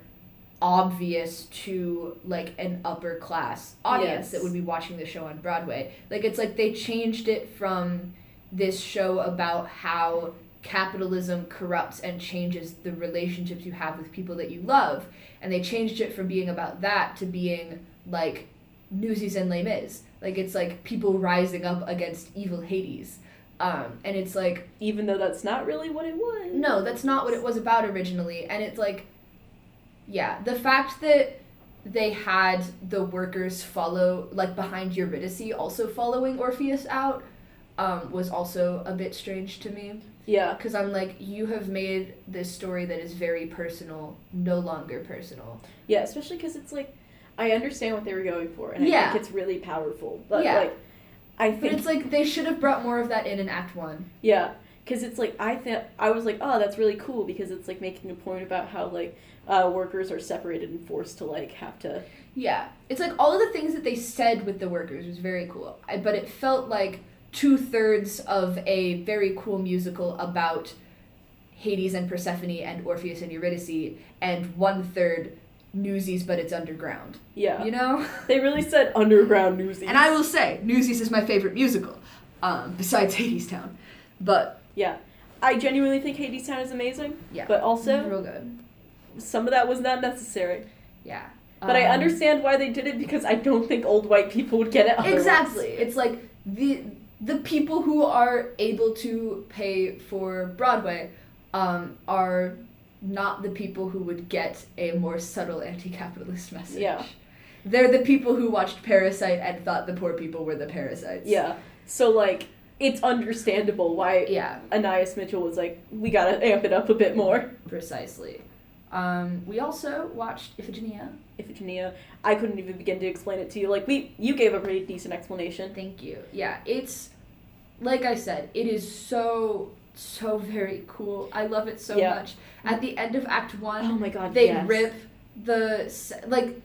Speaker 1: obvious to like an upper class audience
Speaker 2: Yes.
Speaker 1: that would be watching the show on Broadway. Like it's like they changed it from this show about how capitalism corrupts and changes the relationships you have with people that you love and they changed it from being about that to being like Newsies and Les Mis. Like it's like people rising up against evil Hades. Um, and it's like
Speaker 2: even though that's not really what it was.
Speaker 1: no, that's not what it was about originally. And it's like yeah, the fact that they had the workers follow like behind Eurydice also following Orpheus out um, was also a bit strange to me
Speaker 2: Yeah.
Speaker 1: because I'm like you have made this story that is very personal no longer personal.
Speaker 2: Yeah. Especially because it's like, I understand what they were going for, and I
Speaker 1: Yeah.
Speaker 2: think it's really powerful. But
Speaker 1: Yeah.
Speaker 2: like, I
Speaker 1: But
Speaker 2: think
Speaker 1: it's like they should have brought more of that in in Act One.
Speaker 2: Yeah, because it's like I think I was like, oh, that's really cool because it's like making a point about how like uh, workers are separated and forced to like have to.
Speaker 1: Yeah, it's like all of the things that they said with the workers was very cool, I, but it felt like two thirds of a very cool musical about Hades and Persephone and Orpheus and Eurydice, and one third Newsies, but it's underground.
Speaker 2: Yeah,
Speaker 1: You know,
Speaker 2: they really said underground newsies.
Speaker 1: and I will say Newsies is my favorite musical, um, besides Hades Town, but
Speaker 2: Yeah, I genuinely think Hades Town is amazing.
Speaker 1: Yeah.
Speaker 2: but also
Speaker 1: real good.
Speaker 2: some of that was not necessary.
Speaker 1: Yeah,
Speaker 2: But I
Speaker 1: Um,
Speaker 2: understand why they did it because I don't think old white people would get it. Otherwise.
Speaker 1: Exactly. It's like the the people who are able to pay for Broadway um, are not the people who would get a more subtle anti-capitalist message.
Speaker 2: Yeah.
Speaker 1: They're the people who watched Parasite and thought the poor people were the parasites.
Speaker 2: Yeah, so like it's understandable why
Speaker 1: Yeah,
Speaker 2: Anais Mitchell was like, we gotta amp it up a bit more.
Speaker 1: precisely. Um, we also watched Iphigenia.
Speaker 2: Iphigenia. I couldn't even begin to explain it to you. Like we, you gave a pretty decent explanation.
Speaker 1: Thank you. Yeah, it's like I said, it is so so very cool. I love it so
Speaker 2: Yeah.
Speaker 1: much. At the end of Act One,
Speaker 2: Oh my god,
Speaker 1: Um, they
Speaker 2: yes.
Speaker 1: rip the s- like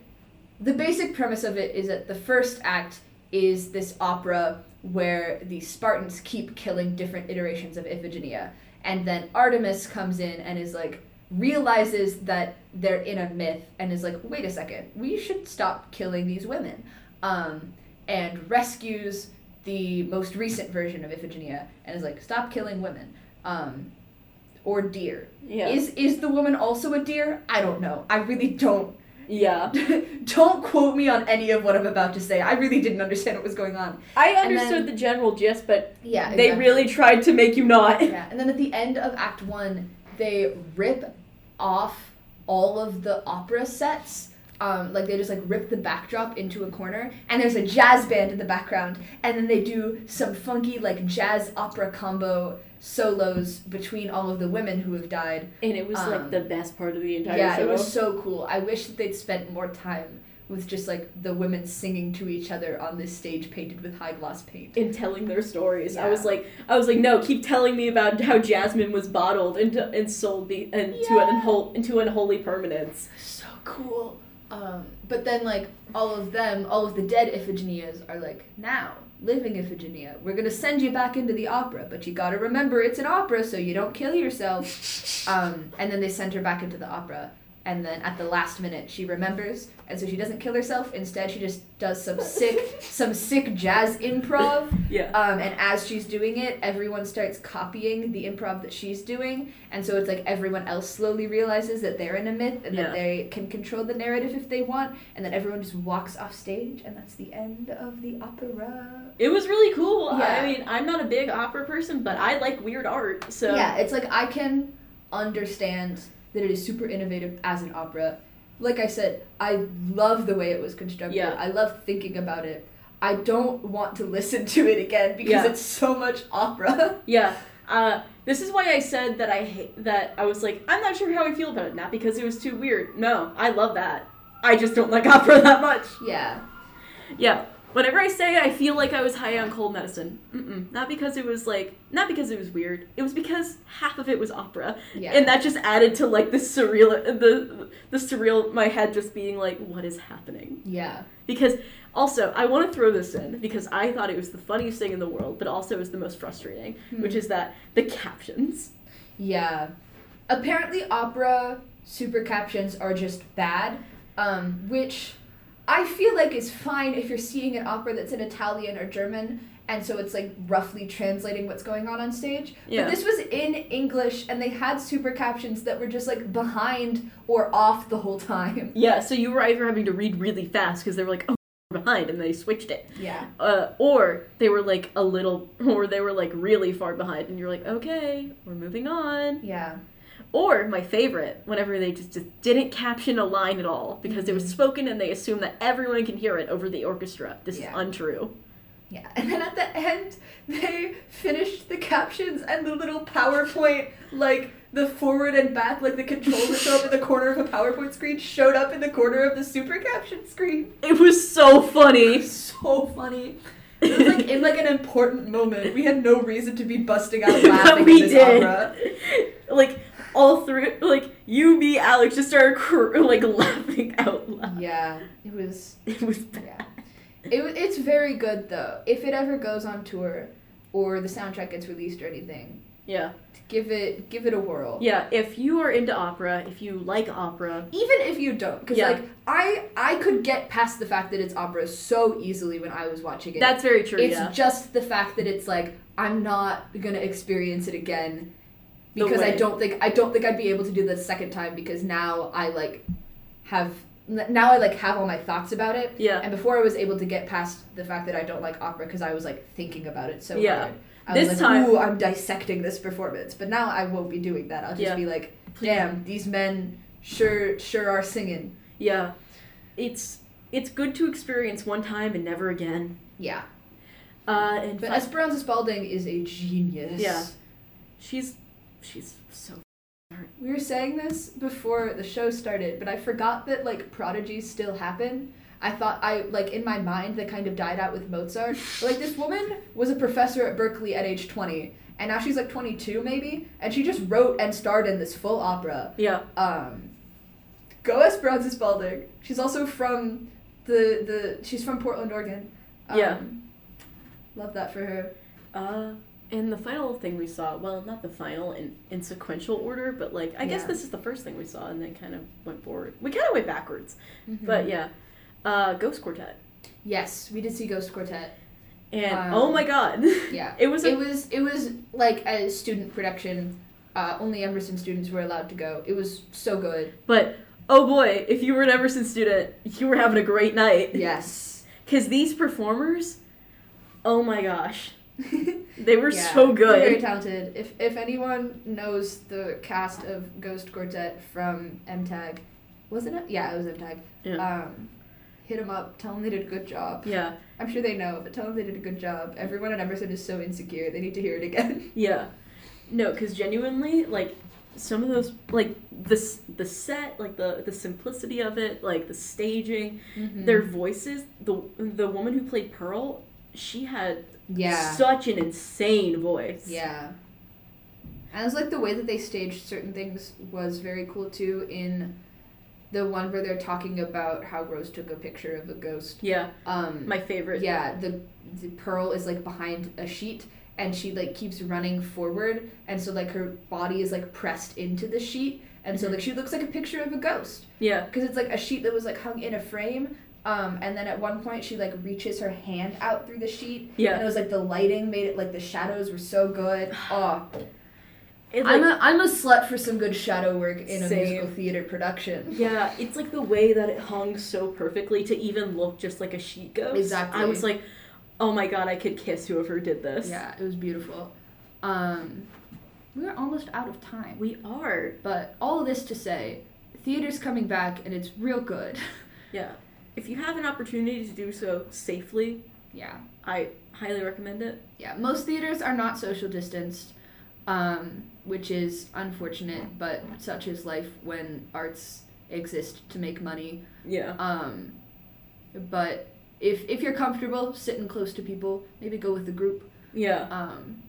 Speaker 1: the basic premise of it is that the first act is this opera where the spartans keep killing different iterations of iphigenia and then artemis comes in and is like realizes that they're in a myth and is like wait a second we should stop killing these women um, and rescues the most recent version of iphigenia and is like stop killing women um, or deer
Speaker 2: Yeah,
Speaker 1: is is the woman also a deer? I don't know. I really don't.
Speaker 2: yeah.
Speaker 1: don't quote me on any of what I'm about to say. I really didn't understand what was going on.
Speaker 2: I
Speaker 1: And
Speaker 2: understood the general gist, but
Speaker 1: Yeah,
Speaker 2: they really tried to make you not.
Speaker 1: yeah. And then at the end of Act One, they rip off all of the opera sets. Um, like they just like rip the backdrop into a corner, and there's a jazz band in the background, and then they do some funky like jazz opera combo solos between all of the women who have died.
Speaker 2: And it was
Speaker 1: Um,
Speaker 2: like the best part of the entire
Speaker 1: Yeah,
Speaker 2: show.
Speaker 1: it was so cool. I wish that they'd spent more time with just like the women singing to each other on this stage painted with high gloss paint.
Speaker 4: in telling their stories. I
Speaker 1: Yeah.
Speaker 4: was like, I was like, no, keep telling me about how Jasmine was bottled and and sold the and to an
Speaker 1: Yeah.
Speaker 4: unhol- into unholy permanence.
Speaker 1: So cool. Um, but then like all of them, all of the dead Iphigenias are like now living Iphigenia. We're gonna send you back into the opera, but you gotta remember it's an opera, so you don't kill yourself. Um, and then they send her back into the opera. And then at the last minute, she remembers, and so she doesn't kill herself. Instead, she just does some sick, some sick jazz improv
Speaker 4: Yeah.
Speaker 1: Um, and as she's doing it, everyone starts copying the improv that she's doing, and so it's like everyone else slowly realizes that they're in a myth and
Speaker 2: Yeah.
Speaker 1: that they can control the narrative if they want, and then everyone just walks off stage, and that's the end of the opera.
Speaker 2: It was really cool.
Speaker 1: Yeah.
Speaker 2: I mean, I'm not a big opera person, but I like weird art. So
Speaker 1: yeah, it's like I can understand that it is super innovative as an opera. Like I said, I love the way it was constructed.
Speaker 2: Yeah.
Speaker 1: I love thinking about it. I don't want to listen to it again because
Speaker 2: Yeah.
Speaker 1: it's so much opera.
Speaker 2: Yeah. Uh, this is why I said that I hate that I was like, I'm not sure how I feel about it. Not because it was too weird. No, I love that. I just don't like opera that much.
Speaker 1: yeah.
Speaker 2: Yeah. Whenever I say I feel like I was high on cold medicine, mm-mm. not because it was like, not because it was weird. It was because half of it was opera,
Speaker 1: Yeah.
Speaker 2: and that just added to like the surreal, the the surreal. My head just being like, what is happening?
Speaker 1: yeah.
Speaker 2: Because also, I want to throw this in because I thought it was the funniest thing in the world, but also is the most frustrating,
Speaker 1: Hmm.
Speaker 2: which is that the captions.
Speaker 1: Yeah. Apparently, opera super captions are just bad, um, which I feel like is fine if you're seeing an opera that's in Italian or German, and so it's like roughly translating what's going on on stage.
Speaker 2: Yeah.
Speaker 1: But this was in English, and they had super captions that were just like behind or off the whole time.
Speaker 2: Yeah, so you were either having to read really fast because they were like, oh, we're behind, and they switched it.
Speaker 1: Yeah.
Speaker 2: Uh, or they were like a little, or they were like really far behind, and you're like, okay, we're moving on.
Speaker 1: Yeah.
Speaker 2: Or my favorite, whenever they just, just didn't caption a line at all because it was spoken and they assume that everyone can hear it over the orchestra. This
Speaker 1: Yeah.
Speaker 2: is untrue.
Speaker 1: Yeah. And then at the end, they finished the captions and the little PowerPoint, like the forward and back, like the controls that show up in the corner of a PowerPoint screen, showed up in the corner of the super caption screen.
Speaker 2: It was so funny.
Speaker 1: So funny. It was like in like an important moment. We had no reason to be busting out
Speaker 2: But
Speaker 1: laughing
Speaker 2: we
Speaker 1: at this
Speaker 2: did.
Speaker 1: opera.
Speaker 2: like all three like you me alex just started cr- like laughing out loud
Speaker 1: Yeah, it was.
Speaker 2: it was bad.
Speaker 1: Yeah, it, wa- it's very good though. If it ever goes on tour, or the soundtrack gets released or anything,
Speaker 2: yeah
Speaker 1: give it give it a whirl.
Speaker 2: yeah if you are into opera if you like opera
Speaker 1: even if you don't because
Speaker 2: Yeah.
Speaker 1: like i i could get past the fact that it's opera so easily when i was watching it
Speaker 2: that's very true
Speaker 1: it's
Speaker 2: yeah
Speaker 1: just the fact that it's like i'm not gonna experience it again
Speaker 2: The
Speaker 1: because i
Speaker 2: way-
Speaker 1: don't think i don't think i'd be able to do the second time because now i like have n- now i like have all my thoughts about it
Speaker 2: yeah
Speaker 1: and before i was able to get past the fact that i don't like opera because i was like thinking about it so
Speaker 2: Yeah.
Speaker 1: hard I was
Speaker 2: This
Speaker 1: like,
Speaker 2: time-
Speaker 1: ooh, I'm dissecting this performance, but now I won't be doing that. I'll just
Speaker 2: Yeah.
Speaker 1: be like, Damn, these men sure sure are singing.
Speaker 2: yeah it's it's good to experience one time and never again
Speaker 1: Yeah.
Speaker 2: uh and
Speaker 1: But
Speaker 2: fi-
Speaker 1: Esperanza Spalding is a genius.
Speaker 2: Yeah. she's she's so
Speaker 1: We were saying this before the show started, but I forgot that like prodigies still happen. I thought I like in my mind they kind of died out with Mozart. But, like this woman was a professor at Berkeley at age 20, and now she's like 22 maybe, and she just wrote and starred in this full opera.
Speaker 2: yeah
Speaker 1: um, go Esperanza Spalding. She's also from the the she's from Portland, Oregon. Um,
Speaker 2: Yeah.
Speaker 1: Love that for her.
Speaker 2: uh and the final thing we saw well not the final in in sequential order but like i guess
Speaker 1: Yeah.
Speaker 2: this is the first thing we saw and then kind of went forward we kind of went backwards
Speaker 1: Mm-hmm.
Speaker 2: But yeah, uh, Ghost Quartet.
Speaker 1: yes, we did see Ghost Quartet.
Speaker 2: And
Speaker 1: Um,
Speaker 2: oh my god.
Speaker 1: Yeah.
Speaker 2: it was a,
Speaker 1: It was it was like a student production. Uh, only Emerson students were allowed to go. It was so good.
Speaker 2: but oh boy, if you were an Emerson student, you were having a great night.
Speaker 1: Yes.
Speaker 2: Cuz these performers, oh my gosh, they were
Speaker 1: Yeah,
Speaker 2: so
Speaker 1: Very
Speaker 2: good.
Speaker 1: talented. If if anyone knows the cast of Ghost Quartet from MTAG, wasn't it? Yeah, it was MTAG.
Speaker 2: Yeah.
Speaker 1: Um, hit them up. Tell them they did a good job.
Speaker 2: Yeah.
Speaker 1: I'm sure they know, but tell them they did a good job. Everyone at Emerson is so insecure. They need to hear it again.
Speaker 2: Yeah. No, cuz genuinely like some of those like this the set like the the simplicity of it like the staging
Speaker 1: Mm-hmm.
Speaker 2: their voices the the woman who played pearl she had
Speaker 1: yeah
Speaker 2: such an insane voice
Speaker 1: yeah. And it's like the way that they staged certain things was very cool too. In the one where they're talking about how Rose took a picture of a ghost.
Speaker 2: yeah
Speaker 1: Um,
Speaker 2: my favorite
Speaker 1: Yeah, the, the pearl is like behind a sheet and she like keeps running forward and so like her body is like pressed into the sheet and so
Speaker 2: Mhm.
Speaker 1: like she looks like a picture of a ghost
Speaker 2: yeah
Speaker 1: because it's like a sheet that was like hung in a frame um, and then at one point she like reaches her hand out through the sheet and
Speaker 2: yeah
Speaker 1: it was like the lighting made it like the shadows were so good oh
Speaker 2: It, like-
Speaker 1: i'm a i'm a slut for some good shadow work in a
Speaker 2: Same.
Speaker 1: musical theater production
Speaker 2: Yeah, it's like the way that it hung so perfectly to even look just like a sheet ghost.
Speaker 1: Exactly.
Speaker 2: I was like, oh my god, I could kiss whoever did this.
Speaker 1: yeah it was beautiful um, we're almost out of time
Speaker 2: We are.
Speaker 1: But all this to say, theater's coming back and it's real good.
Speaker 2: Yeah. If you have an opportunity to do so safely,
Speaker 1: yeah.
Speaker 2: I highly recommend it.
Speaker 1: Yeah. Most theaters are not social distanced, um, which is unfortunate, but such is life when arts exist to make money.
Speaker 2: Yeah.
Speaker 1: Um, but if, if you're comfortable sitting close to people, maybe go with the group.
Speaker 2: Yeah.
Speaker 1: Um,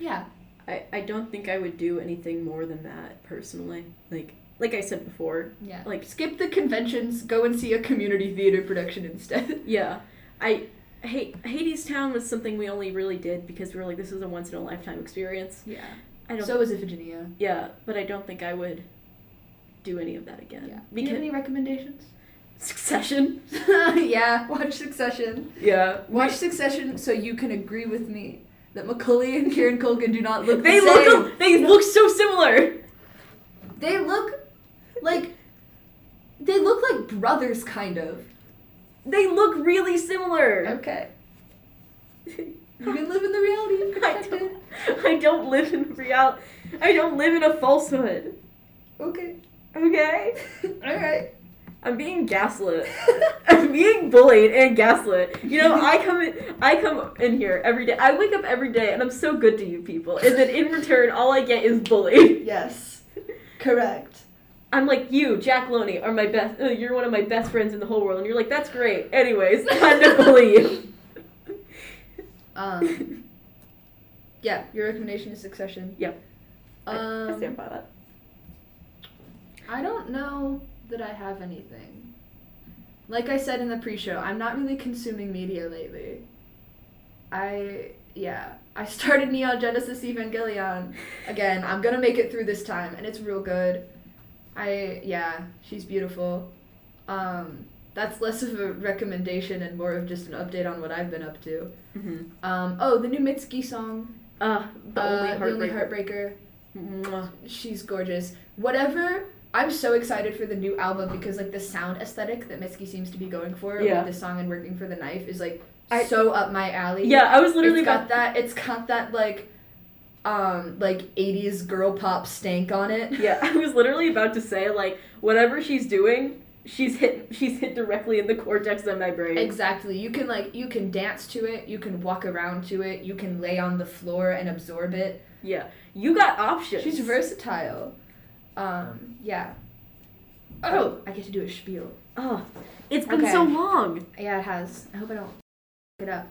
Speaker 1: yeah.
Speaker 2: I, I don't think I would do anything more than that personally. Like like I said before.
Speaker 1: Yeah.
Speaker 2: Like
Speaker 1: Skip the conventions, go and see a community theater production instead.
Speaker 2: yeah. I hate Hades Town was something we only really did because we were like, this is a once in a lifetime experience.
Speaker 1: yeah.
Speaker 2: I don't
Speaker 1: So is Iphigenia.
Speaker 2: Yeah, but I don't think I would do any of that
Speaker 1: Yeah.
Speaker 2: again.
Speaker 1: Do you
Speaker 2: Because
Speaker 1: have any recommendations?
Speaker 2: Succession.
Speaker 1: yeah, watch Succession.
Speaker 2: Yeah.
Speaker 1: Watch Succession so you can agree with me that Macaulay and Kieran Culkin do not look
Speaker 2: They
Speaker 1: the same.
Speaker 2: look they look so similar.
Speaker 1: They look like they look like brothers, kind of.
Speaker 2: They look really similar.
Speaker 1: Okay,
Speaker 2: I
Speaker 1: you can live in the reality you've constructed.
Speaker 2: don't, I don't live in reality. I don't live in a falsehood.
Speaker 1: Okay,
Speaker 2: Okay?
Speaker 1: all right.
Speaker 2: I'm being gaslit. I'm being bullied and gaslit. You know, I come in, I come in here every day. I wake up every day and I'm so good to you people. And then in return all I get is bullied.
Speaker 1: yes, correct.
Speaker 2: I'm like you, Jack Loney, are my best. Uh, you're one of my best friends in the whole world, and you're like, that's great. Anyways, time to bully you.
Speaker 1: Um, yeah, your recommendation is Succession.
Speaker 2: Yep. I
Speaker 1: Um,
Speaker 2: stand by that.
Speaker 1: I don't know that I have anything. Like I said in the pre-show, I'm not really consuming media lately. I yeah, I started Neon Genesis Evangelion again. I'm gonna make it through this time, and it's real good. I yeah, she's beautiful. Um, that's less of a recommendation and more of just an update on what I've been up to.
Speaker 2: Mm-hmm.
Speaker 1: Um, oh, the new Mitski song,
Speaker 2: Uh, the
Speaker 1: uh,
Speaker 2: only
Speaker 1: The only
Speaker 2: heartbreak.
Speaker 1: heartbreaker.
Speaker 2: Mwah.
Speaker 1: She's gorgeous. Whatever. I'm so excited for the new album because like the sound aesthetic that Mitski seems to be going for
Speaker 2: Yeah.
Speaker 1: with this song and working for the knife is like
Speaker 2: I-
Speaker 1: so up my alley.
Speaker 2: Yeah, I was literally
Speaker 1: it's got
Speaker 2: about-
Speaker 1: that. It's got that like, um, like '80s girl pop stank on it.
Speaker 2: Yeah, I was literally about to say like whatever she's doing, she's hit. She's hit directly in the cortex of my brain.
Speaker 1: Exactly. You can like you can dance to it. You can walk around to it. You can lay on the floor and absorb it.
Speaker 2: yeah, you got options.
Speaker 1: She's versatile. Um, yeah. Oh, I get to do a spiel.
Speaker 2: Oh, it's been
Speaker 1: Okay.
Speaker 2: so long.
Speaker 1: Yeah, it has. I hope I don't f- it up.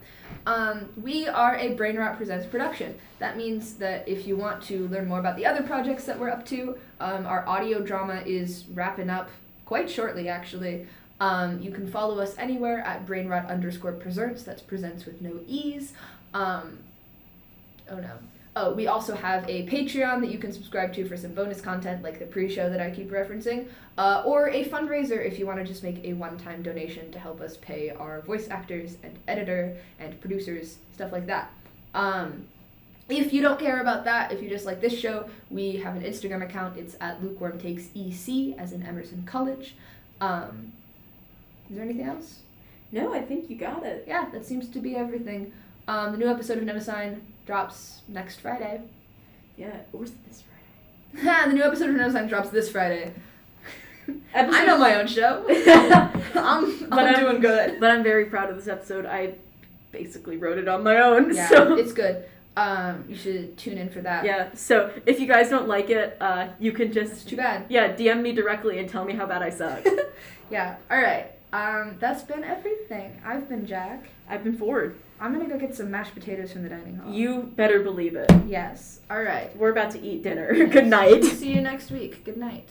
Speaker 1: Um, we are a Brain Rot Presents production. That means that if you want to learn more about the other projects that we're up to, um, our audio drama is wrapping up quite shortly, actually. Um, you can follow us anywhere at Brain Rot underscore presents. That's presents with no e's. Um, oh no. Oh, we also have a Patreon that you can subscribe to for some bonus content like the pre-show that I keep referencing uh, or a fundraiser if you want to just make a one-time donation to help us pay our voice actors and editor and producers, stuff like that. Um, if you don't care about that, if you just like this show, we have an Instagram account. It's at lukewarm takes ec as in Emerson College. Um, is there anything else?
Speaker 2: No, I think you got it.
Speaker 1: Yeah, that seems to be everything. Um, the new episode of Nemesign drops next Friday.
Speaker 2: Yeah, or is it this right?
Speaker 1: the new episode of Nemesign drops this Friday. I
Speaker 2: Episode-
Speaker 1: know my own show. I'm,
Speaker 2: But
Speaker 1: I'm
Speaker 2: I'm-
Speaker 1: doing good.
Speaker 2: But I'm very proud of this episode. I basically wrote it on my own.
Speaker 1: Yeah,
Speaker 2: so
Speaker 1: it's good. Um, you should tune in for that.
Speaker 2: Yeah. So if you guys don't like it, uh, you can
Speaker 1: It's
Speaker 2: just
Speaker 1: too bad.
Speaker 2: yeah DM me directly and tell me how bad I suck.
Speaker 1: Yeah. All right. Um, that's been everything. I've been Jack.
Speaker 2: I've been forward.
Speaker 1: I'm gonna go get some mashed potatoes from the dining hall.
Speaker 2: You better believe it.
Speaker 1: Yes. All right.
Speaker 2: We're about to eat dinner. Good night.
Speaker 1: See you next week. Good night.